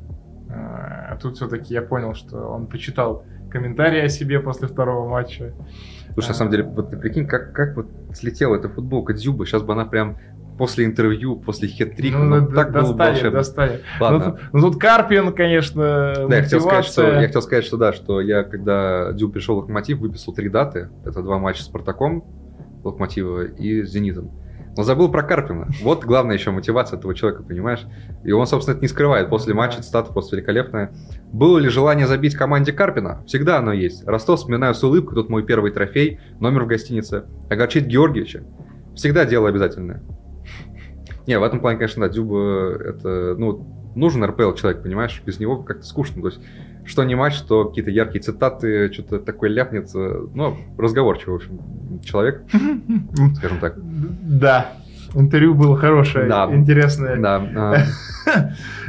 А а тут все-таки я понял, что он почитал комментарии о себе после второго матча. А. Слушай, на самом деле, вот ты прикинь, как, как вот слетела эта футболка Дзюба. Сейчас бы она прям после интервью, после хет-трика, Ну, ну, да- так было бы достали, волшебно. достали. Ладно. Ну, тут- ну, тут Карпин, конечно, Да, я хотел, сказать, что, э, мотивация. я хотел сказать, что да, что я, когда Дюб пришел в Локомотив, выписал три даты. Это два матча с Спартаком, Локомотива и с Зенитом. Но забыл про Карпина. Вот главная еще мотивация этого человека, понимаешь? И он, собственно, это не скрывает. После матча Да. цитата просто великолепная. Было ли желание забить команде Карпина? Всегда оно есть. Ростов вспоминаю с улыбкой, тут мой первый трофей, номер в гостинице. Огорчит Георгиевича. Всегда дело обязательное. Не, в этом плане, конечно, да, Дюба, это, ну, нужен РПЛ человек, понимаешь, без него как-то скучно, то есть, что не матч, что какие-то яркие цитаты, что-то такое ляпнет, э, ну, разговорчивый, в общем, человек, скажем так. Да, интервью было хорошее, Да. интересное. Да, [laughs] а,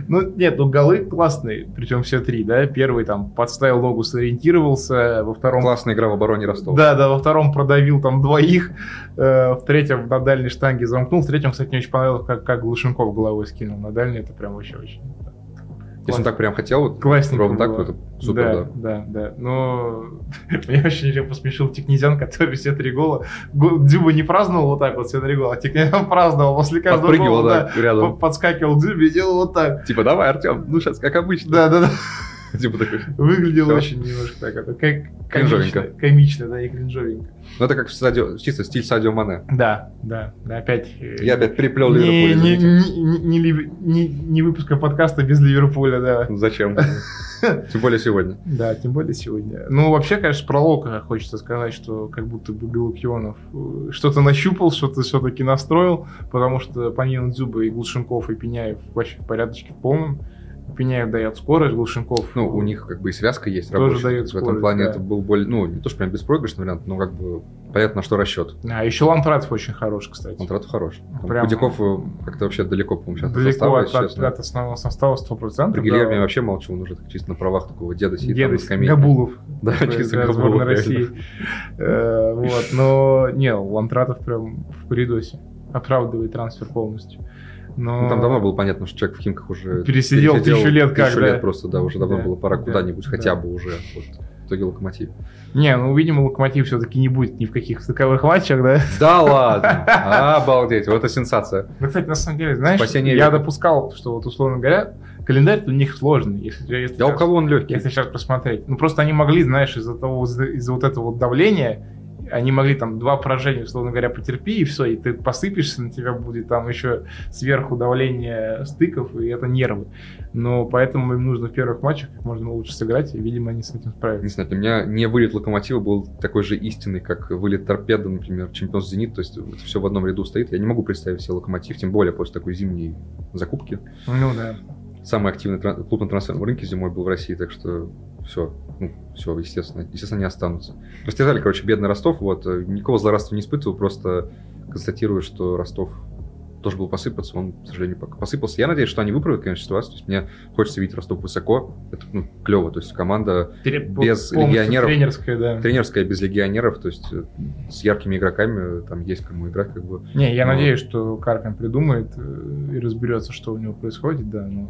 Ну, нет, ну голы классные, причем все три, да. Первый там подставил ногу, сориентировался, во э, втором... классная игра в обороне Ростова. Да, да, во втором продавил там двоих, э, в третьем на дальней штанге замкнул, в третьем, кстати, мне очень понравилось, как, как Глушенков головой скинул на дальний, это прям вообще очень да. Если он так прям хотел, вот, классненько ровно так, было. то это супер, да. да, да, да. Но [laughs] меня очень еще посмешил Тикнезян, [laughs] который все три гола... го- Дзюба не праздновал вот так вот все три гола, а Тикнезян праздновал после каждого Подпрыгивал, гола. да, да, рядом. по- Подскакивал к Дзюбе и делал вот так. Типа, давай, Артем, ну сейчас, как обычно. Да, да, [laughs] да. [laughs] Типа такой. Выглядел Всё. очень немножко так. Это как Кринжовенько. комично, комично, да, и кринжовенько. Ну, это как в Садио- чисто стиль Садио Мане. Да, да, да, опять... э, Я опять приплел не, Ливерпуль, не, извините. не, не, Ливер- не- не выпуска подкаста без Ливерпуля, да. [laughs] Ну, Зачем? Тем более сегодня. Да, тем более сегодня. Ну, вообще, конечно, про Лока хочется сказать, что как будто бы Белокионов э, что-то нащупал, что-то все-таки настроил, потому что помимо Дзюба и Глушенков, и Пеняев вообще в порядочке в полном. Пеняев дает скорость, Глушенков... Ну, у них как бы и связка есть Тоже рабочая. дает в этом скорость, плане да. это был более, ну, не то, что прям беспроигрышный вариант, но как бы понятно, на что расчет. А, еще Лантратов очень хорош, кстати. Контрат хорош. Там Прям- Худяков э, как-то вообще далеко, по-моему, сейчас Далеко от, от- честно. от основного состава 100%. Про Гильерми вообще молчу, он уже так чисто на правах такого деда сидит там на Дедость, скамейке. Габулов. Да, Такой, чисто да, Габулов, сборная реально. России. Э, Вот, но не, Лантратов прям в придосе оправдывает трансфер полностью. Но... Ну, там давно было понятно, что человек в Химках уже... Пересидел тысячу лет как, Тысячу да. лет просто, да, уже давно Да, было пора да, куда-нибудь, да. хотя бы уже. Вот, в итоге локомотив. Не, ну, видимо, локомотив все-таки не будет ни в каких стыковых матчах, да? Да ладно! Обалдеть, вот это сенсация. Ну, кстати, на самом деле, знаешь, Спасение я века. допускал, что вот, условно говоря, календарь у них сложный. Если, если Да у сейчас- кого он легкий? Если сейчас посмотреть. Ну, просто они могли, знаешь, из-за того, из-за вот этого вот давления, они могли там два поражения, условно говоря, потерпи, и все, и ты посыпешься, на тебя будет там еще сверху давление стыков, и это нервы. Но поэтому им нужно в первых матчах как можно лучше сыграть, и, видимо, они с этим Не справятся. знаю, для меня не вылет локомотива был такой же истинный, как вылет торпеда, например, чемпион зенит. То есть все в одном ряду стоит. Я не могу представить себе локомотив, тем более после такой зимней закупки. Ну да. Самый активный тран- клуб на трансферном рынке зимой был в России, так что все, ну, все, естественно, естественно, они останутся. Растерзали, короче, бедный Ростов, вот, э, никакого злорадства не испытываю, просто констатирую, что Ростов тоже был посыпаться, он, к сожалению, пока посыпался. Я надеюсь, что они выправят, конечно, ситуацию, то есть мне хочется видеть Ростов высоко, это, ну, клево, то есть команда Пере- Без полностью легионеров. Тренерская, да. тренерская без легионеров, то есть э, с яркими игроками, э, там есть кому играть, как бы. Не, я Ну. надеюсь, что Карпин придумает э, и разберется, что у него происходит, да, но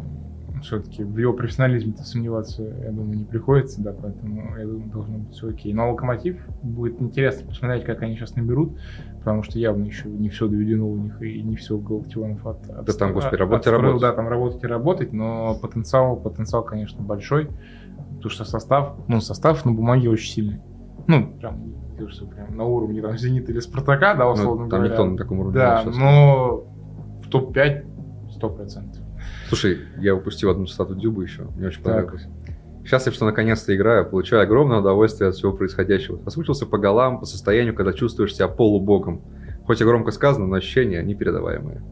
все-таки в его профессионализме-то сомневаться, я думаю, не приходится, да, поэтому, я думаю, должно быть все окей. Но Локомотив будет интересно посмотреть, как они сейчас наберут, потому что явно еще не все доведено у них, и не все Галактионов от, от, Да там, господи, от- работать и отстроил, работать. Да, там работать и работать, но потенциал, потенциал, конечно, большой, потому что состав, ну, состав на бумаге очень сильный. Ну, прям, ты что, прям на уровне там Зенита или Спартака, да, Ну, условно там говоря. никто на таком уровне Да, не сейчас. но в топ-5 100%. Слушай, я упустил одну стату Дюба еще. Мне очень Так. понравилось. Счастлив, что наконец-то играю, получаю огромное удовольствие от всего происходящего. Соскучился по голам, по состоянию, когда чувствуешь себя полубогом. Хоть и громко сказано, но ощущения непередаваемые.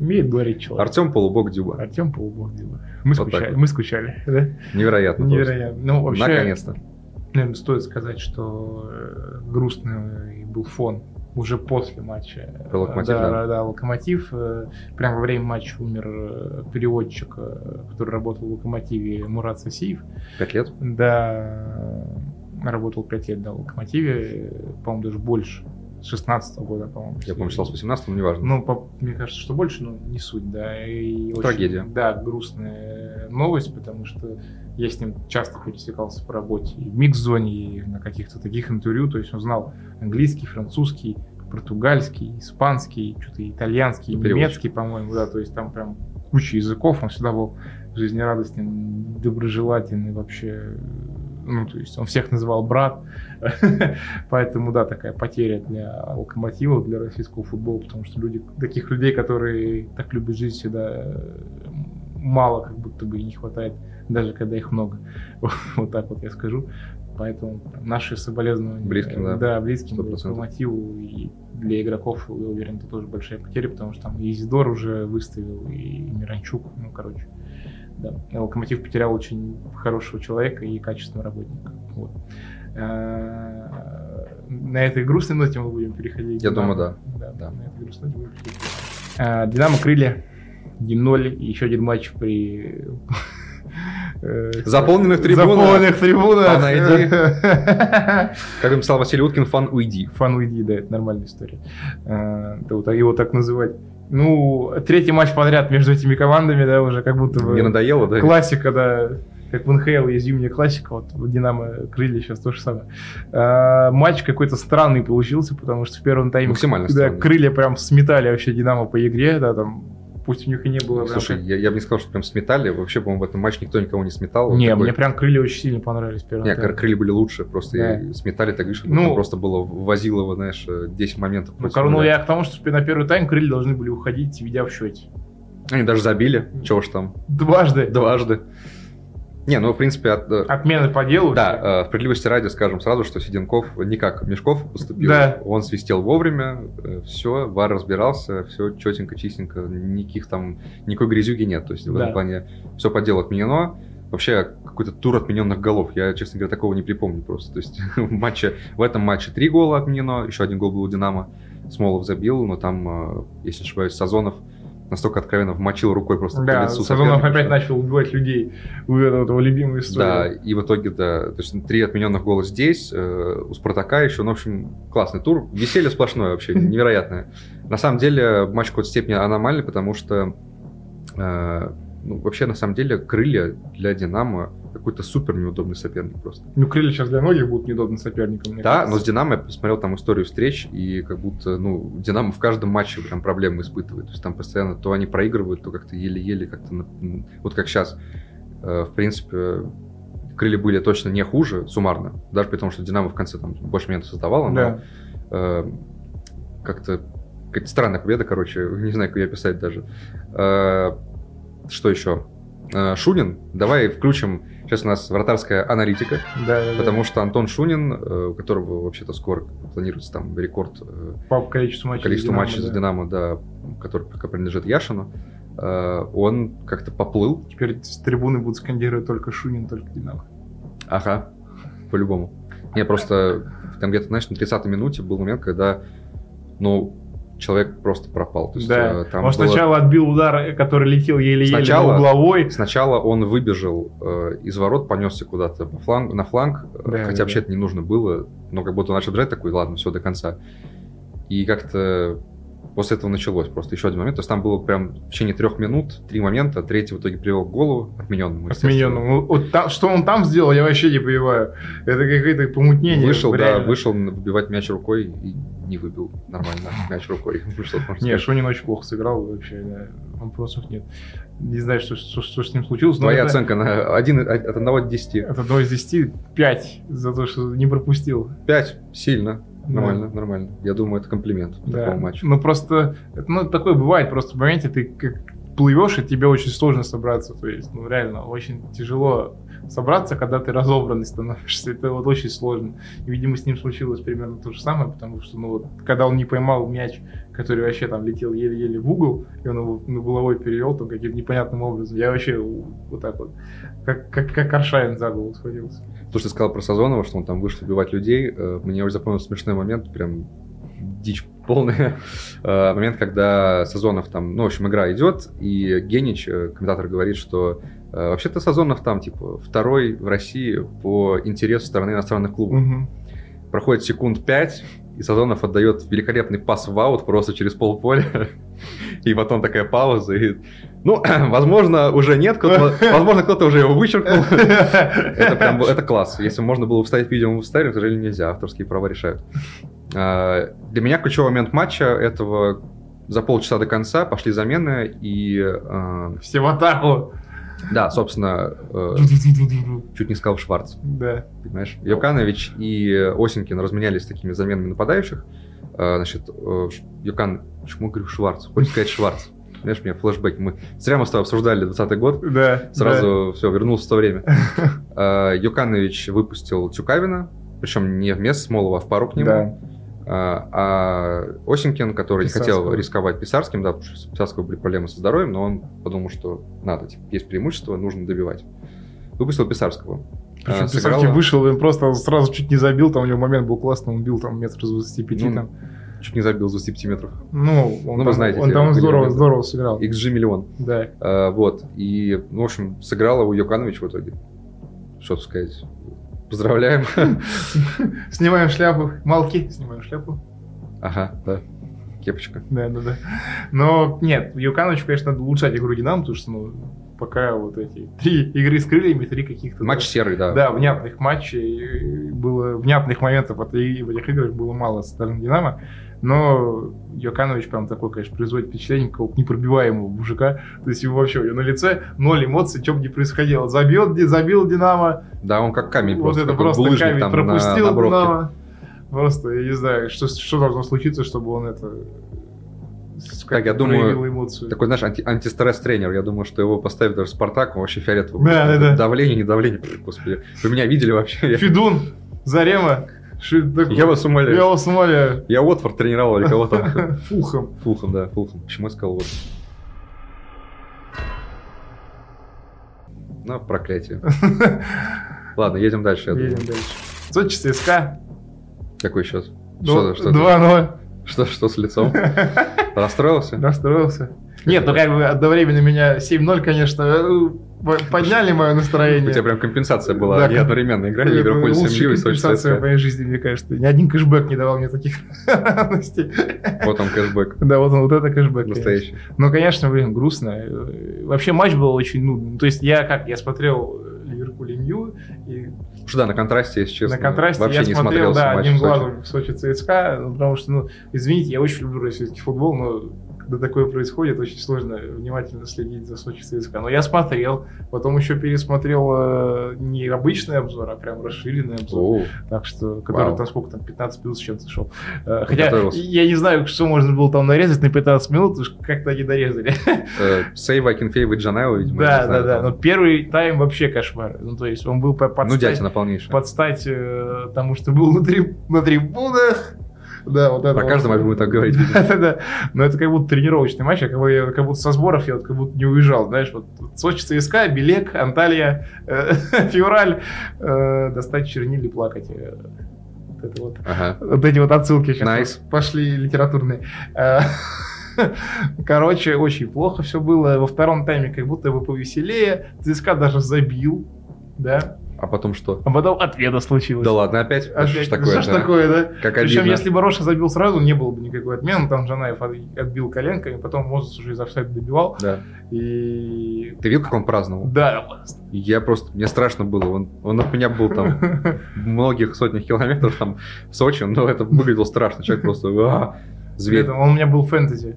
Умеет говорить человек. Артем полубог Дюба. Артем Полубог Дива. Мы Вот так скучали, вот. мы скучали, [laughs] да? Невероятно. просто. Невероятно. Ну, вообще, Наконец-то. наверное, стоит сказать, что э, грустный был фон уже после матча. Про «Локомотив», да, да. да, да, локомотив. э, Прямо во время матча умер э, переводчик, э, который работал в локомотиве Мурат Сасиев. Пять лет. Да, работал 5 лет, да, в локомотиве, э, по-моему, даже больше. С 16 года, по-моему. Я помню, если- читал с 18 но неважно. Ну, по- мне кажется, что больше, но не суть, да. И очень, Трагедия. да, грустная новость, потому что я с ним часто пересекался по работе и в микс-зоне, и на каких-то таких интервью, то есть он знал английский, французский, португальский, испанский, что-то итальянский, Ну, переводчик. немецкий, по-моему, да, то есть там прям куча языков, он всегда был жизнерадостен, доброжелательный вообще, ну, то есть он всех называл брат, [laughs] поэтому, да, такая потеря для локомотива, для российского футбола, потому что люди, таких людей, которые так любят жизнь, всегда э, мало, как будто бы и не хватает, даже когда их много, [laughs] вот так вот я скажу, поэтому прям наши соболезнования Близким, да. да, близким Сто для процентов. локомотиву и для игроков, я уверен, это тоже большая потеря, потому что там и Изидор уже выставил, и Миранчук, ну, короче. Да. И Локомотив потерял очень хорошего человека и качественного работника. Вот. Э, На этой грустной ноте мы будем переходить. к Я «Динамо». думаю, да. Да. на этой грустной ноте будем переходить. Э, Динамо крылья 1-0, и еще один матч при... [laughs] э, [laughs] Заполненных трибунах. Заполненных трибунах. Панайди. Как бы писал Василий Уткин, фан уйди. [laughs] Фан уйди, да, это нормальная история. Э, это вот его так называть. Ну, третий матч подряд между этими командами, да, уже как будто бы Не надоело, да? классика, да. Как в НХЛ есть зимняя классика, вот в Динамо крылья сейчас то же самое. Э, матч какой-то странный получился, потому что в первом тайме Максимально да, странный. крылья прям сметали вообще Динамо по игре, да, там, пусть у них и не было... прям Слушай, как- я, я бы не сказал, что прям сметали. Вообще, по-моему, в этом матче никто никого не сметал. не, Такой- мне прям крылья очень сильно понравились в первом Не, тайме. кры- крылья были лучше, просто Да. и сметали так видишь, Ну. ну, просто было возилово, знаешь, э, 10 моментов. Ну, против короче, ну, нуля. я к тому, что на первый тайм крылья должны были уходить, ведя в счете. Они даже забили, чего ж там, Дважды. дважды. Не, ну, в принципе, от, э, Отмены по делу. всё. да, э, справедливости ради скажем сразу, что Сиденков не как Мешков поступил. Да. Он свистел вовремя, все, Вар разбирался, все четенько, чистенько, никаких там, никакой грязюги нет. То есть в Да. этом плане все по делу отменено. Вообще какой-то тур отмененных голов. Я, честно говоря, такого не припомню просто. То есть [laughs] в, матче, в этом матче три гола отменено, еще один гол был у «Динамо». Смолов забил, но там, э, если не ошибаюсь, Сазонов настолько откровенно вмочил рукой просто по Да, лицу Сазонов соперника, опять что- начал убивать людей. У этого этого любимую да, историю. и в итоге, да, то есть три отмененных гола здесь, э, у Спартака еще, ну, в общем, классный тур. Веселье сплошное вообще, невероятное. На самом деле, матч в какой-то степени аномальный, потому что э, ну, вообще, на самом деле, крылья для Динамо какой-то супер неудобный соперник просто. Ну, крылья сейчас для многих будут неудобным соперником. мне Да, ну, кажется. но с Динамо я посмотрел там историю встреч, и как будто, ну, Динамо в каждом матче прям проблемы испытывает. То есть там постоянно то они проигрывают, то как-то еле-еле как-то... на- Вот как сейчас, в принципе, крылья были точно не хуже, суммарно. Даже при том, что Динамо в конце там больше моментов создавало, Да. но э, как-то какая-то странная победа, короче, [laughs] не знаю, как ее описать даже. Э, что еще? Э, Шунин, давай включим, сейчас у нас вратарская аналитика. Да, да, да. Потому что Антон Шунин, э, у которого вообще-то скоро планируется там рекорд э, По количеству матчей. количества за «Динамо», матчей за да. Динамо, да, который пока принадлежит Яшину, э, он как-то поплыл. Теперь с трибуны будут скандировать только Шунин, только Динамо. Ага, по-любому. Не, просто там где-то, знаешь, на 30-й минуте был момент, когда, ну, человек просто пропал. То есть, Да. э, там Он было- сначала отбил удар, э, который летел еле-еле Сначала- на угловой. Сначала он выбежал э, из ворот, понесся куда-то по фланг- на фланг, э, Да, хотя да, вообще это не нужно было, но как будто он начал бежать такой, ладно, все до конца. И как-то после этого началось просто еще один момент. То есть там было прям в течение трех минут, три момента, третий в итоге привел к голу, отмененному, естественно. Отмененному. Ну, Вот там- что он там сделал, я вообще не понимаю. Это какое-то помутнение. Вышел, да, реально. вышел на- выбивать мяч рукой и не выбил нормально мяч рукой. [laughs] Вышел, можно Не, сказать. Шунин очень плохо сыграл вообще, да. вопросов нет. Не знаю, что, что, что с ним случилось, но Твоя ну, это, оценка на один, от 1 до 10. это одно из 10, 5 за то, что не пропустил. 5. Сильно. Да. Нормально, нормально. Я думаю, это комплимент Да. такому матчу. Ну просто, это, ну такое бывает, просто в моменте ты как плывешь, и тебе очень сложно собраться. То есть, ну реально, очень тяжело собраться, когда ты разобранный становишься. Это вот очень сложно. И, видимо, с ним случилось примерно то же самое, потому что, ну вот, когда он не поймал мяч, который вообще там летел еле-еле в угол, и он его на головой перевел там каким-то непонятным образом. Я вообще вот так вот, как, как, как Аршавин за голову схватился. То, что ты сказал про Сазонова, что он там вышел убивать людей, э, мне уже запомнил смешной момент, прям дичь полная. [laughs] Э, Момент, когда Сазонов там, ну, в общем, игра идет, и Генич, э, комментатор, говорит, что э, вообще-то Сазонов там, типа, второй в России по интересу со стороны иностранных [laughs] клубов. Мгм. Проходит секунд пять, и Сазонов отдает великолепный пас в аут просто через полполя. [laughs] И потом такая пауза, и... Ну, [clears throat] возможно, уже нет, кто-то, возможно, кто-то уже его вычеркнул. Это прям было- это класс. Если можно было вставить видео, мы вставили, к сожалению, нельзя. Авторские права решают. А, Для меня ключевой момент матча этого за полчаса до конца пошли замены и э, Все в атаку. да, собственно, э, чуть не сказал Шварц, Да. понимаешь? Юканович и Осенькин разменялись такими заменами нападающих. Э, Значит, э, Ш- Юкан, почему я говорю Шварц? Хочешь сказать Шварц? Знаешь, у меня флешбеки. Мы зря мы с тобой обсуждали 20 год. Да. Сразу все, вернулся в [laughs] то время. Э, Юканович выпустил Тюкавина, причем не вместо Смолова, а в пару к да. нему. Да. А, а Осенькин, который не хотел Писарского. рисковать Писарским, да, потому что у Писарского были проблемы со здоровьем, но он подумал, что надо, типа, есть преимущество, нужно добивать. Выпустил Писарского. Причем А, Писарский сыграла- вышел, и он просто сразу чуть не забил, там у него момент был классный, он бил там метр с 25 Ну, там. Чуть не забил за 10 метров. Ну, он вы там, знаете, он те там были здорово, моменты. здорово сыграл. XG миллион. Да. [laughs] А, вот. И, ну, в общем, сыграл его Юканович в итоге. Что тут сказать. [laughs] Поздравляем. Снимаем шляпу. Малки, снимаем шляпу. Ага, да. Кепочка. Да, да, да. Но нет, Юкановичу, конечно, надо улучшать игру Динамо, потому что, ну, пока вот эти три игры с крыльями, три каких-то... Матч серый, да. Да, внятных матчей было, внятных моментов от и- в этих играх было мало со стороны Динамо. Но Йоканович прям такой, конечно, производит впечатление какого-то непробиваемого мужика. То есть его вообще, у него на лице ноль эмоций, чем не происходило. Забил, не забил Динамо. Да, он как камень вот просто. это такой просто булыжник камень там на- пропустил на бровке. Динамо. Просто, я не знаю, что, что должно случиться, чтобы он это... с- Так, я как-то думаю, проявил эмоцию. Такой, знаешь, анти- антистресс-тренер. Я думаю, что его поставит даже Спартак, он вообще фиолетовый. Да, Просто да, да. Давление, не давление. Пф, Господи, вы меня видели вообще? [laughs] Я- Федун, Зарема. Что это такое? Я вас я умоляю. вас [laughs] умоляю. Я Уотфорд тренировал или кого там. Фухом. Фулхэм, да, Фулхэм. Почему я сказал вот? [laughs] На проклятие. Ладно, едем дальше. я думаю. Едем дальше. Сочи ЦСКА. Какой счет? Ну, Что, что, 2-0. [laughs] что, что с лицом? Расстроился? Расстроился. Ну. Нет, ну как бы одновременно меня 7-0, конечно, э, подняли мое настроение. У тебя прям компенсация была. Да, и одновременно играли Ливерпуль с Лучшая МЮ и Сочи с компенсация в ЦСКА. моей жизни, мне кажется. Ни один кэшбэк не давал мне таких радостей. Вот он кэшбэк. Да, вот он, вот это кэшбэк. конечно. Настоящий. Ну, конечно, блин, грустно. Э, Вообще матч был очень нудный. Ну, То есть я как, я смотрел э, Ливерпуль и Нью, и Потому что да, на контрасте, если честно, на контрасте вообще я не смотрел, смотрелся да, матч одним в Сочи. глазом в Сочи ЦСКА, ну, потому что, ну, извините, я очень люблю российский футбол, но когда такое происходит, очень сложно внимательно следить за Сочи ЦСКА. Но я смотрел, потом еще пересмотрел э, не обычный обзор, а прям расширенный обзор. Оу. Так что, который Вау. там сколько там, 15 минут с чем-то шел. Э, Хотя, Подготовился. я не знаю, что можно было там нарезать на 15 минут, уж как-то они дорезали. Э, Сейва Акинфеева и Джанаева, видимо. я Да, не да, знаю, да. там. Но первый тайм вообще кошмар. Ну, то есть он был по- под Ну, стать, дятина полнейшая. под стать, э, тому, что был на, три- на трибунах. Да, вот это Про вот. каждый матч будем так говорить, [laughs] Да, да, да. Но это как будто тренировочный матч, а как, бы я- как будто со сборов я вот как будто не уезжал, знаешь, вот Сочи, ЦСКА, Белек, Анталия, э, [laughs] февраль, э, достать чернили плакать. Э, Вот это вот Ага. вот эти вот отсылки сейчас Найс. пошли литературные. Э, [laughs] Короче, очень плохо все было. Во втором тайме как будто бы повеселее. ЦСКА даже забил. Да. А потом что? А потом отмена случилась. Да ладно, опять? Да Опять. ну, Что ж такое? ж да? такое, да? Как Причем, обидно. если бы Роша забил сразу, не было бы никакой отмены. Там Жанаев от- отбил коленкой, потом Мозес уже из офсайда добивал. Да. И... Ты видел, как он праздновал? Да, Я просто... Мне страшно было. Он, он от меня [laughs] был там в многих сотнях километров там в Сочи, но это выглядело страшно. Человек просто... «А, При Зверь. этом он у меня был в фэнтези.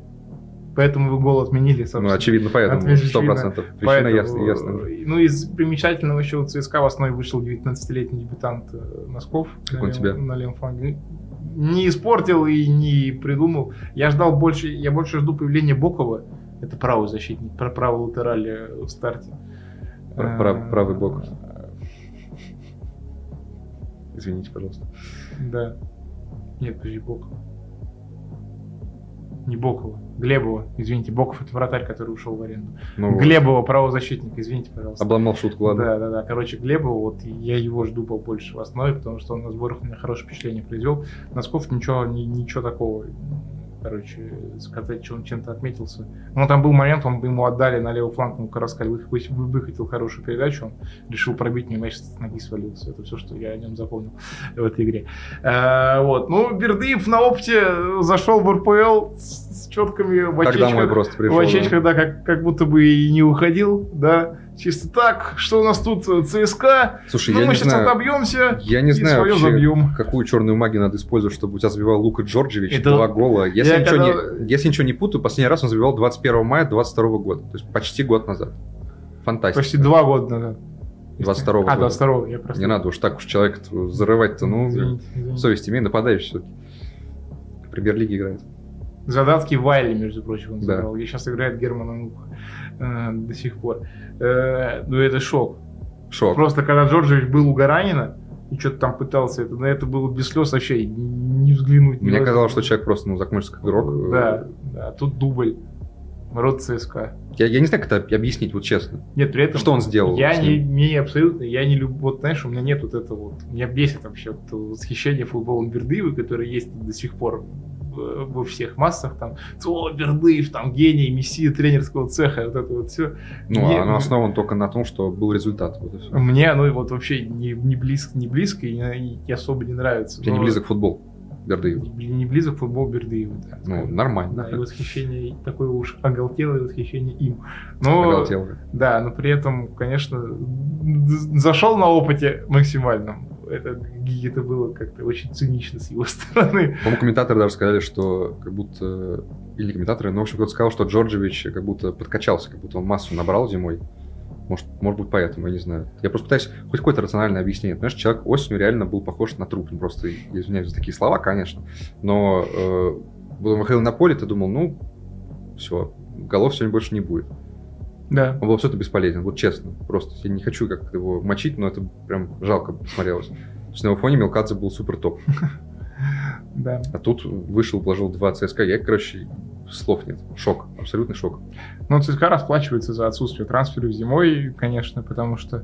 Поэтому вы гол отменили, Ну, собственно. очевидно, поэтому. Ответ Сто процентов. Причина ясна. Поэтому, ясна. э, Ну, из примечательного еще у ЦСКА в основе вышел 19-летний дебютант э, Носков. Как на левом- он тебе? На левом фланге. Не испортил и не придумал. Я ждал больше, я больше жду появления Бокова. Это правый защитник, про правый латераль э, в старте. Пра- Э, прав- правый бок. Извините, пожалуйста. Да. Нет, подожди, Бокова. Не Бокова, Глебова. Извините, Боков это вратарь, который ушел в аренду. Ну, вот. Глебова, правозащитник, извините, пожалуйста. Обломал шутку, ладно. Да, да, да. Короче, Глеба, вот я его жду побольше в основе, потому что он на сборах у меня хорошее впечатление произвел. Носков ничего, ни- ничего такого, короче, сказать, что он чем-то отметился. Но там был момент, он ему отдали на левый фланг, ну, Караскаль вы- вы- вы- выхватил хорошую передачу, он решил пробить, мне мяч с ноги свалился. Это все, что я о нем запомнил в этой игре. Э, вот. Ну, Бердыев на опте зашел в РПЛ с, с четками в Так очечках. домой просто пришел. В да. очечках, да, как, как будто бы и не уходил, да. Чисто так, что у нас тут э, ЦСКА, Слушай, ну я мы не сейчас знаю. отобьемся Я не и знаю свое вообще, забьем. какую черную магию надо использовать, чтобы у тебя забивал Лука Джорджевич Это- два гола. Если, Я ничего когда- не, если ничего не путаю, последний раз он забивал 21 мая 22 года. То есть почти год назад. Фантастика. Почти два года назад. 22 А, года. 22 я просто... Не надо уж так уж человека зарывать-то, ну, Извините, извините. совесть имей, нападающий все-таки. В премьер-лиге играет. Задатки Вайли, между прочим, он Да. забрал. И сейчас играет Германа Муха э, до сих пор. Э, ну, это шок. Шок. Просто когда Джорджевич был у Гаранина, и что-то там пытался, это, на это было без слез вообще не взглянуть. Мне невозможно. казалось, что человек просто, ну, закончится как игрок. Э, Да, да, а тут дубль. Народ ЦСКА. Я, я не знаю, как это объяснить, вот честно. Нет, при этом... Что он сделал? Я с не, ним? не абсолютно, я не люблю, вот знаешь, у меня нет вот этого вот, меня бесит вообще вот это восхищение футболом Бердыева, которое есть до сих пор в- во всех массах, там, о, Бердыев, там, гений, мессия тренерского цеха, вот это вот все. Ну, не- оно основано только на том, что был результат. Вот и всё. Мне оно вот вообще не, не близко, не близко и, не- и особо не нравится. Тебе не Но- близок футбол, Бердыев. Не, не близок футбол Бердыева, да. Ну, скажем. нормально. Да, и восхищение, такое уж оголтелое восхищение им. Но... Оголтел. Да, но при этом, конечно, з- зашел на опыте максимальном. Это, это было как-то очень цинично с его [laughs] стороны. По-моему, комментаторы даже сказали, что как будто... Или не комментаторы, но, в общем, кто-то сказал, что Джорджевич как будто подкачался, как будто он массу набрал зимой. Может, может быть, поэтому, я не знаю. Я просто пытаюсь хоть какое-то рациональное объяснение. Понимаешь, человек осенью реально был похож на труп. Ну, Просто, я извиняюсь за такие слова, конечно. Но э, вот он выходил на поле, ты думал, ну, все, голов сегодня больше не будет. Да. Он был абсолютно бесполезен, вот честно. Просто я не хочу как-то его мочить, но это прям жалко смотрелось. То есть на его фоне Мелкадзе был супер топ. Да. А тут вышел, положил два ЦСКА. Я, короче, слов нет. Шок. Абсолютный шок. Но ЦСКА расплачивается за отсутствие трансферов зимой, конечно, потому что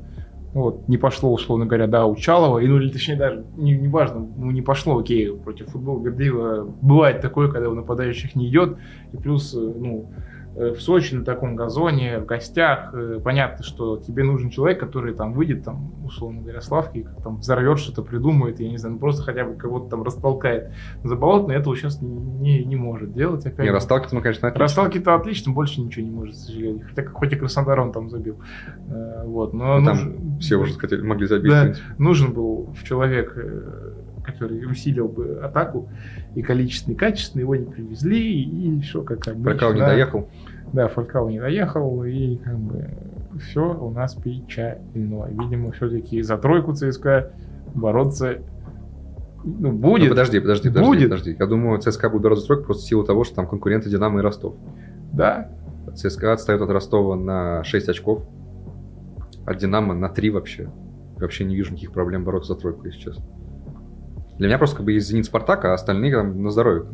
ну вот, не пошло, условно говоря, да, Учалова, и, ну, или точнее даже, не, не важно, ну, не пошло, окей, против футбола Бердыева бывает такое, когда у нападающих не идет, и плюс, э, ну, э, э, в Сочи на таком газоне, в гостях, э, понятно, что тебе нужен человек, который там выйдет, там, условно говоря, Славки, там взорвет что-то, придумает, я не знаю, ну, просто хотя бы кого-то там растолкает. Заболотный этого сейчас не, не, не может делать. опять Не, же. расталкивать мы, конечно, отлично. Расталки-то отлично, больше ничего не может, к сожалению. Хотя, хоть и Краснодар он там забил. Э, Вот, но Ну, там нужен- Все уже хотели, могли забить. Да. в принципе. нужен был человек, э, который усилил бы атаку, и количественный, и качественный, его не привезли, и все как обычно. Прокал не доехал. Да, Фалькао не доехал, и как бы все у нас печально. Видимо, все-таки за тройку ЦСКА бороться ну, Ну, будет. подожди, подожди, подожди, Будет. подожди. Я думаю, ЦСКА будет бороться за тройку просто в силу того, что там конкуренты Динамо и Ростов. Да, ЦСКА отстает от Ростова на 6 очков, от Динамо на 3 вообще. Вообще не вижу никаких проблем бороться за тройку, если честно. Для меня просто как бы есть Зенит Спартак, а остальные там на здоровье.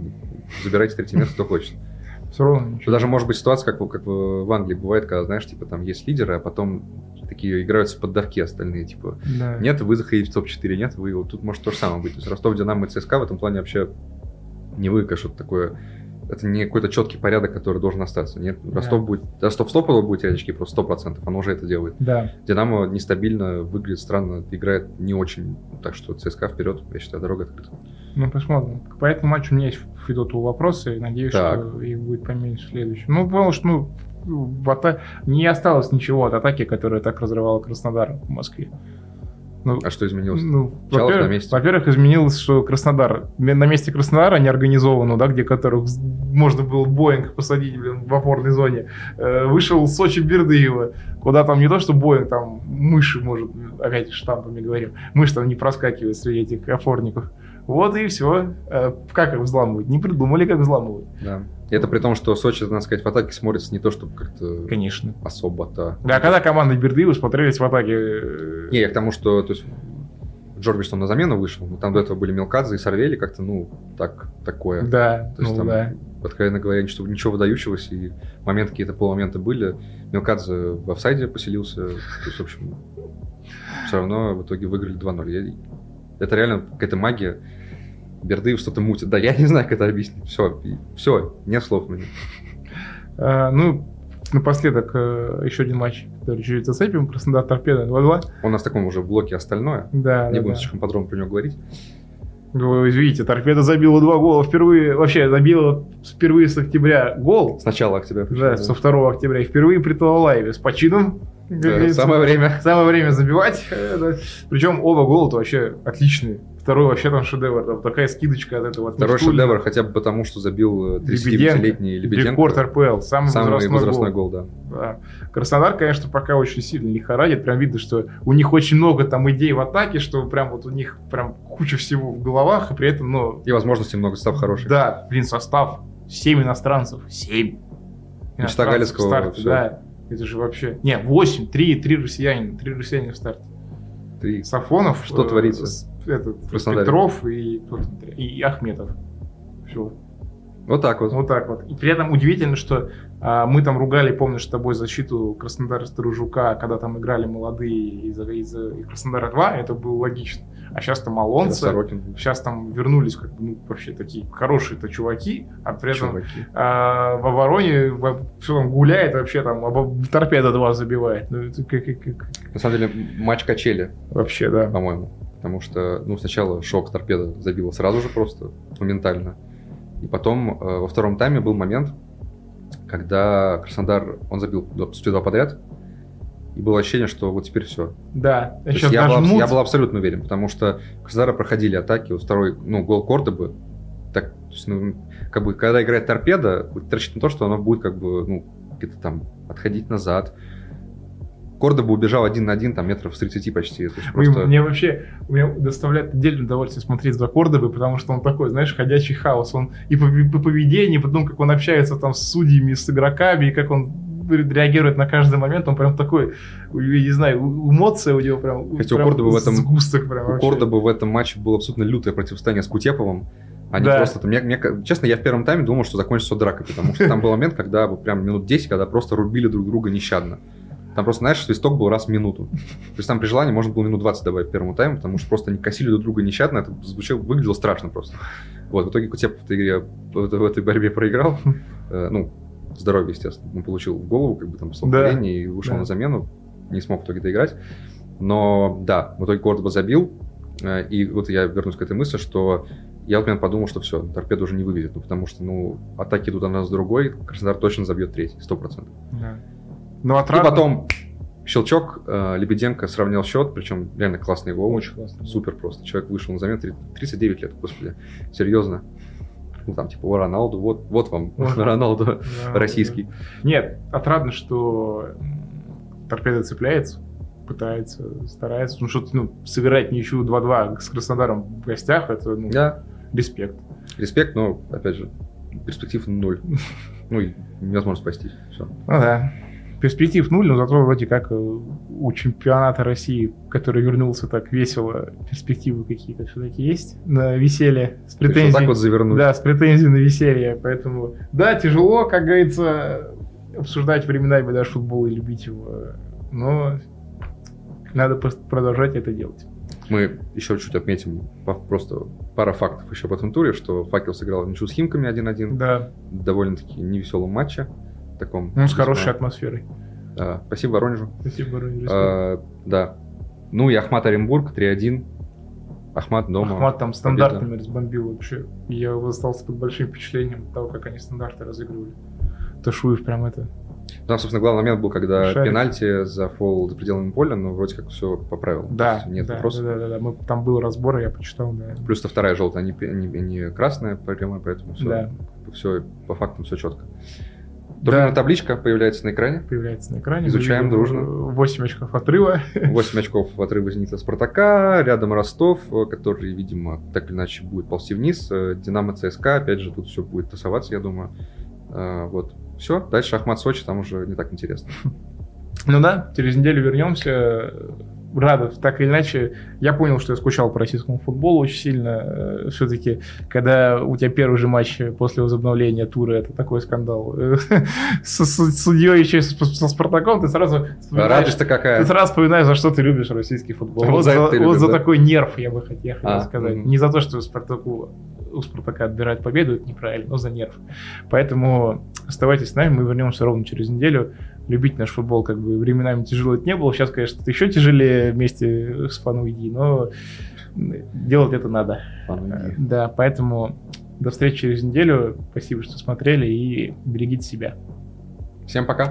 Забирайте третье место, кто хочет. все равно ничего. Что даже может быть ситуация, как, в- как в в Англии бывает, когда, знаешь, типа там есть лидеры, а потом такие играются в поддавки остальные, типа, Да. нет, вы заходите в топ-4, нет, вы вот тут может то же самое быть. То есть Ростов, Динамо и ЦСКА в этом плане вообще не выигрыш, что-то такое. Это не какой-то четкий порядок, который должен остаться. Нет, Да. Ростов будет... Ростов стопудово будет терять очки, просто 100%, оно уже это делает. Да. Динамо нестабильно, выглядит странно, играет не очень. Так что ЦСКА вперед, я считаю, дорога открыта. Ну, посмотрим. По этому матчу у меня есть к Федоту вопросы. Надеюсь, что Так. их будет поменьше в следующем. Ну, потому что, ну, в ата- не осталось ничего от атаки, которая так разрывала Краснодар в Москве. Ну, А что изменилось? ну, Чалов на во-первых, месте. во-первых, изменилось, что Краснодар м- на месте Краснодара неорганизованного, да, где которых с- можно было Боинг посадить блин, в опорной зоне, э, вышел Сочи Бердыева, куда там не то, что Боинг, там мыши, может, опять штампами говорим, мыши там не проскакивают среди этих опорников. Вот и все. Как их взламывать? Не придумали, как взламывать. Да. И это при том, что Сочи, надо сказать, в атаке смотрится не то, чтобы как-то Конечно. особо-то... Да, А когда команда Бердыева смотрелись в атаке... э, Не, я к тому, что то есть, Джордж там на замену вышел, но там до этого были Мелкадзе и Сарвели, как-то, ну, так, такое. Да, То есть ну там, да. откровенно говоря, ничего, ничего выдающегося, и моменты какие-то полумоменты были. Мелкадзе в офсайде поселился, то есть, в общем, все равно в итоге выиграли 2-0. Я- Это реально какая-то магия. Бердыев что-то мутит. Да, я не знаю, как это объяснить. Все, все, нет слов мне. А, ну, напоследок э, еще один матч, который чуть зацепим. Краснодар Торпеда 2-2. Он у нас в таком уже блоке остальное. Да, Не да, будем да. слишком подробно про него говорить. Вы видите, Торпеда забила два гола впервые, вообще забила впервые с октября гол. Сначала октября. Да, [laughs] со 2 октября. И впервые при Талалаеве с почином. как Да, говорится. Самое время. Самое время забивать. Э, Причем оба гола-то вообще отличные. Второй вообще там шедевр. Там такая скидочка от этого. От Второй Мифтулина. шедевр хотя бы потому, что забил э, Лебеденко. 39-летний Лебеденко. Рекорд РПЛ. Самый, Самый возрастной, возрастной, гол. гол. да. Да. А Краснодар, конечно, пока очень сильно лихорадит. Прям видно, что у них очень много там идей в атаке, что прям вот у них прям куча всего в головах, и при этом, ну... И возможностей много, состав хороший. Да, блин, состав. Семь иностранцев. Семь. Мечта иностранцев в Галицкого, старте, всё. да. Это же вообще... Не, восемь, три, три россиянина, три россиянина в старте. Три. Сафонов. э, Что творится? с- Этот, Краснодаре. Петров и, кто там тре- и Ахметов. Все. Вот так вот. Вот так вот. И при этом удивительно, что а, мы там ругали, помнишь, с тобой защиту Краснодара Старожука, когда там играли молодые из, из, из Краснодара 2, это было логично. А сейчас там Алонсо, Сорокин. сейчас там вернулись как бы, ну, вообще такие хорошие-то чуваки, а при этом Чуваки. а, во Вороне все там гуляет вообще, там обо- торпеда 2 забивает. Ну, это как, как- как- На самом деле, матч качели, Вообще, да. по-моему. Потому что, ну, сначала шок торпеда забила сразу же просто, моментально. И потом э, во втором тайме был момент, когда Краснодар, он забил, по сути, два подряд. И было ощущение, что вот теперь все. Да. То есть Сейчас я, был, абс- нажмут. я был абсолютно уверен, потому что у Краснодара проходили атаки, вот второй, ну, гол Кордобы, так, то есть, ну, как бы, когда играет торпеда, вот торчит на то, что она будет, как бы, ну, где-то там отходить назад. Кордоба убежал один на один, там, метров с 30 почти. То есть Мне- просто... Мне вообще мне доставляет отдельное удовольствие смотреть за Кордобой, потому что он такой, знаешь, ходячий хаос. Он и по, по поведению, и потом, как он общается там с судьями, с игроками, и как он реагирует на каждый момент, он прям такой, я не знаю, у- эмоция у него прям... Хотя у прям Кордобы в этом- Сгусток прям У вообще. Кордобы в этом матче было абсолютно лютое противостояние с Кутеповым. Они Да. просто там, мне- мне ка- честно, я в первом тайме думал, что закончится дракой, потому что там был момент, когда вот прям минут 10, когда просто рубили друг друга нещадно. Там просто, знаешь, свисток был раз в минуту. То есть там при желании можно было минут 20 добавить к первому тайму, потому что просто они косили друг друга нещадно, это звучало, выглядело страшно просто. Вот, в итоге Кутепов в этой игре, в этой борьбе проиграл. Э, Ну, здоровье, естественно. Он получил в голову, как бы там столкновение, и ушел да. на замену. Не смог в итоге доиграть. Но да, в итоге Кордоба забил. Э, И вот я вернусь к этой мысли, что я вот прям подумал, что все, торпеду уже не вывезет, ну, потому что, ну, атаки идут одна с другой, Краснодар точно забьет третий, сто процентов. Да. Ну, И отрадно. потом щелчок, э, Лебеденко сравнял счет, причем реально классный гол, Очень классно. супер просто. Человек вышел на замену, три- 39 лет, господи, серьезно. Ну, там, типа, о, Роналду, вот, вот вам Вот. [laughs] Роналду Да, российский. да. Нет, отрадно, что м, торпеда цепляется, пытается, старается. Ну, что-то, ну, сыграть ничью 2-2 с Краснодаром в гостях, это, ну, Да, респект. респект, но, опять же, [laughs] перспектив ноль. Ну, и невозможно спасти. Все. Ну да. Перспектив нуль, но зато вроде как э, у чемпионата России, который вернулся так весело, перспективы какие-то все-таки есть на веселье с претензиями. так вот завернуть. Да, с претензией на веселье. Поэтому, да, тяжело, как говорится, обсуждать временами даже футбол и любить его. Но надо пос- продолжать это делать. Мы еще чуть отметим по- просто пара фактов еще по этом туре, что Факел сыграл в ничью с Химками 1-1, Да, довольно-таки невеселом матче. Таком, ну, с весьма- хорошей атмосферой. Да, спасибо Воронежу. Спасибо, Рон, респект. А, да. Ну и Ахмат Оренбург 3-1. Ахмат дома. Ахмат там стандартами разбомбил вообще. Я остался под большим впечатлением от того, как они стандарты разыгрывали. Ташуев прям это... Там, собственно, главный момент был, когда Шарик. пенальти за фол за пределами поля, но вроде как все поправил. То Да, есть Нет да, вопросов. да, да, да, да. Мы, там был разбор, я почитал, да. Плюс то вторая желтая, а не, пе- не- не красная по прямой, поэтому все, Да, все по фактам все четко. Да. Турнирная табличка появляется на [laughs] экране. появляется на экране. Изучаем дружно. 8 очков отрыва. 8 очков в отрыве Зенита Спартака, рядом Ростов, э, который, видимо, так или иначе будет ползти вниз. э, Динамо ЦСКА, опять же, тут все будет тасоваться, я думаю. Э, Вот, все. Дальше Ахмат Сочи, там уже не так интересно. Ну да, через неделю вернемся. Радов, так или иначе, я понял, что я скучал по российскому футболу очень сильно. Все-таки, когда у тебя первый же матч после возобновления тура, это такой скандал. [laughs] Э, С с- с судьей еще и с- со Спартаком, ты сразу вспоминаешь, Радость-то ты какая. сразу вспоминаешь, за что ты любишь российский футбол. Э. Вот Вот за за, это ты вот любишь, за да? такой нерв я бы хот- я хотел А, сказать. мгм. Не за то, что Спартаку, у Спартака отбирать победу, это неправильно, но за нерв. Поэтому оставайтесь с нами, мы вернемся ровно через неделю. Любить наш футбол как бы временами тяжело это не было. Сейчас, конечно, это еще тяжелее вместе с фану иди, но делать это надо. Ладно, иди. Да, поэтому до встречи через неделю. Спасибо, что смотрели и берегите себя. Всем пока.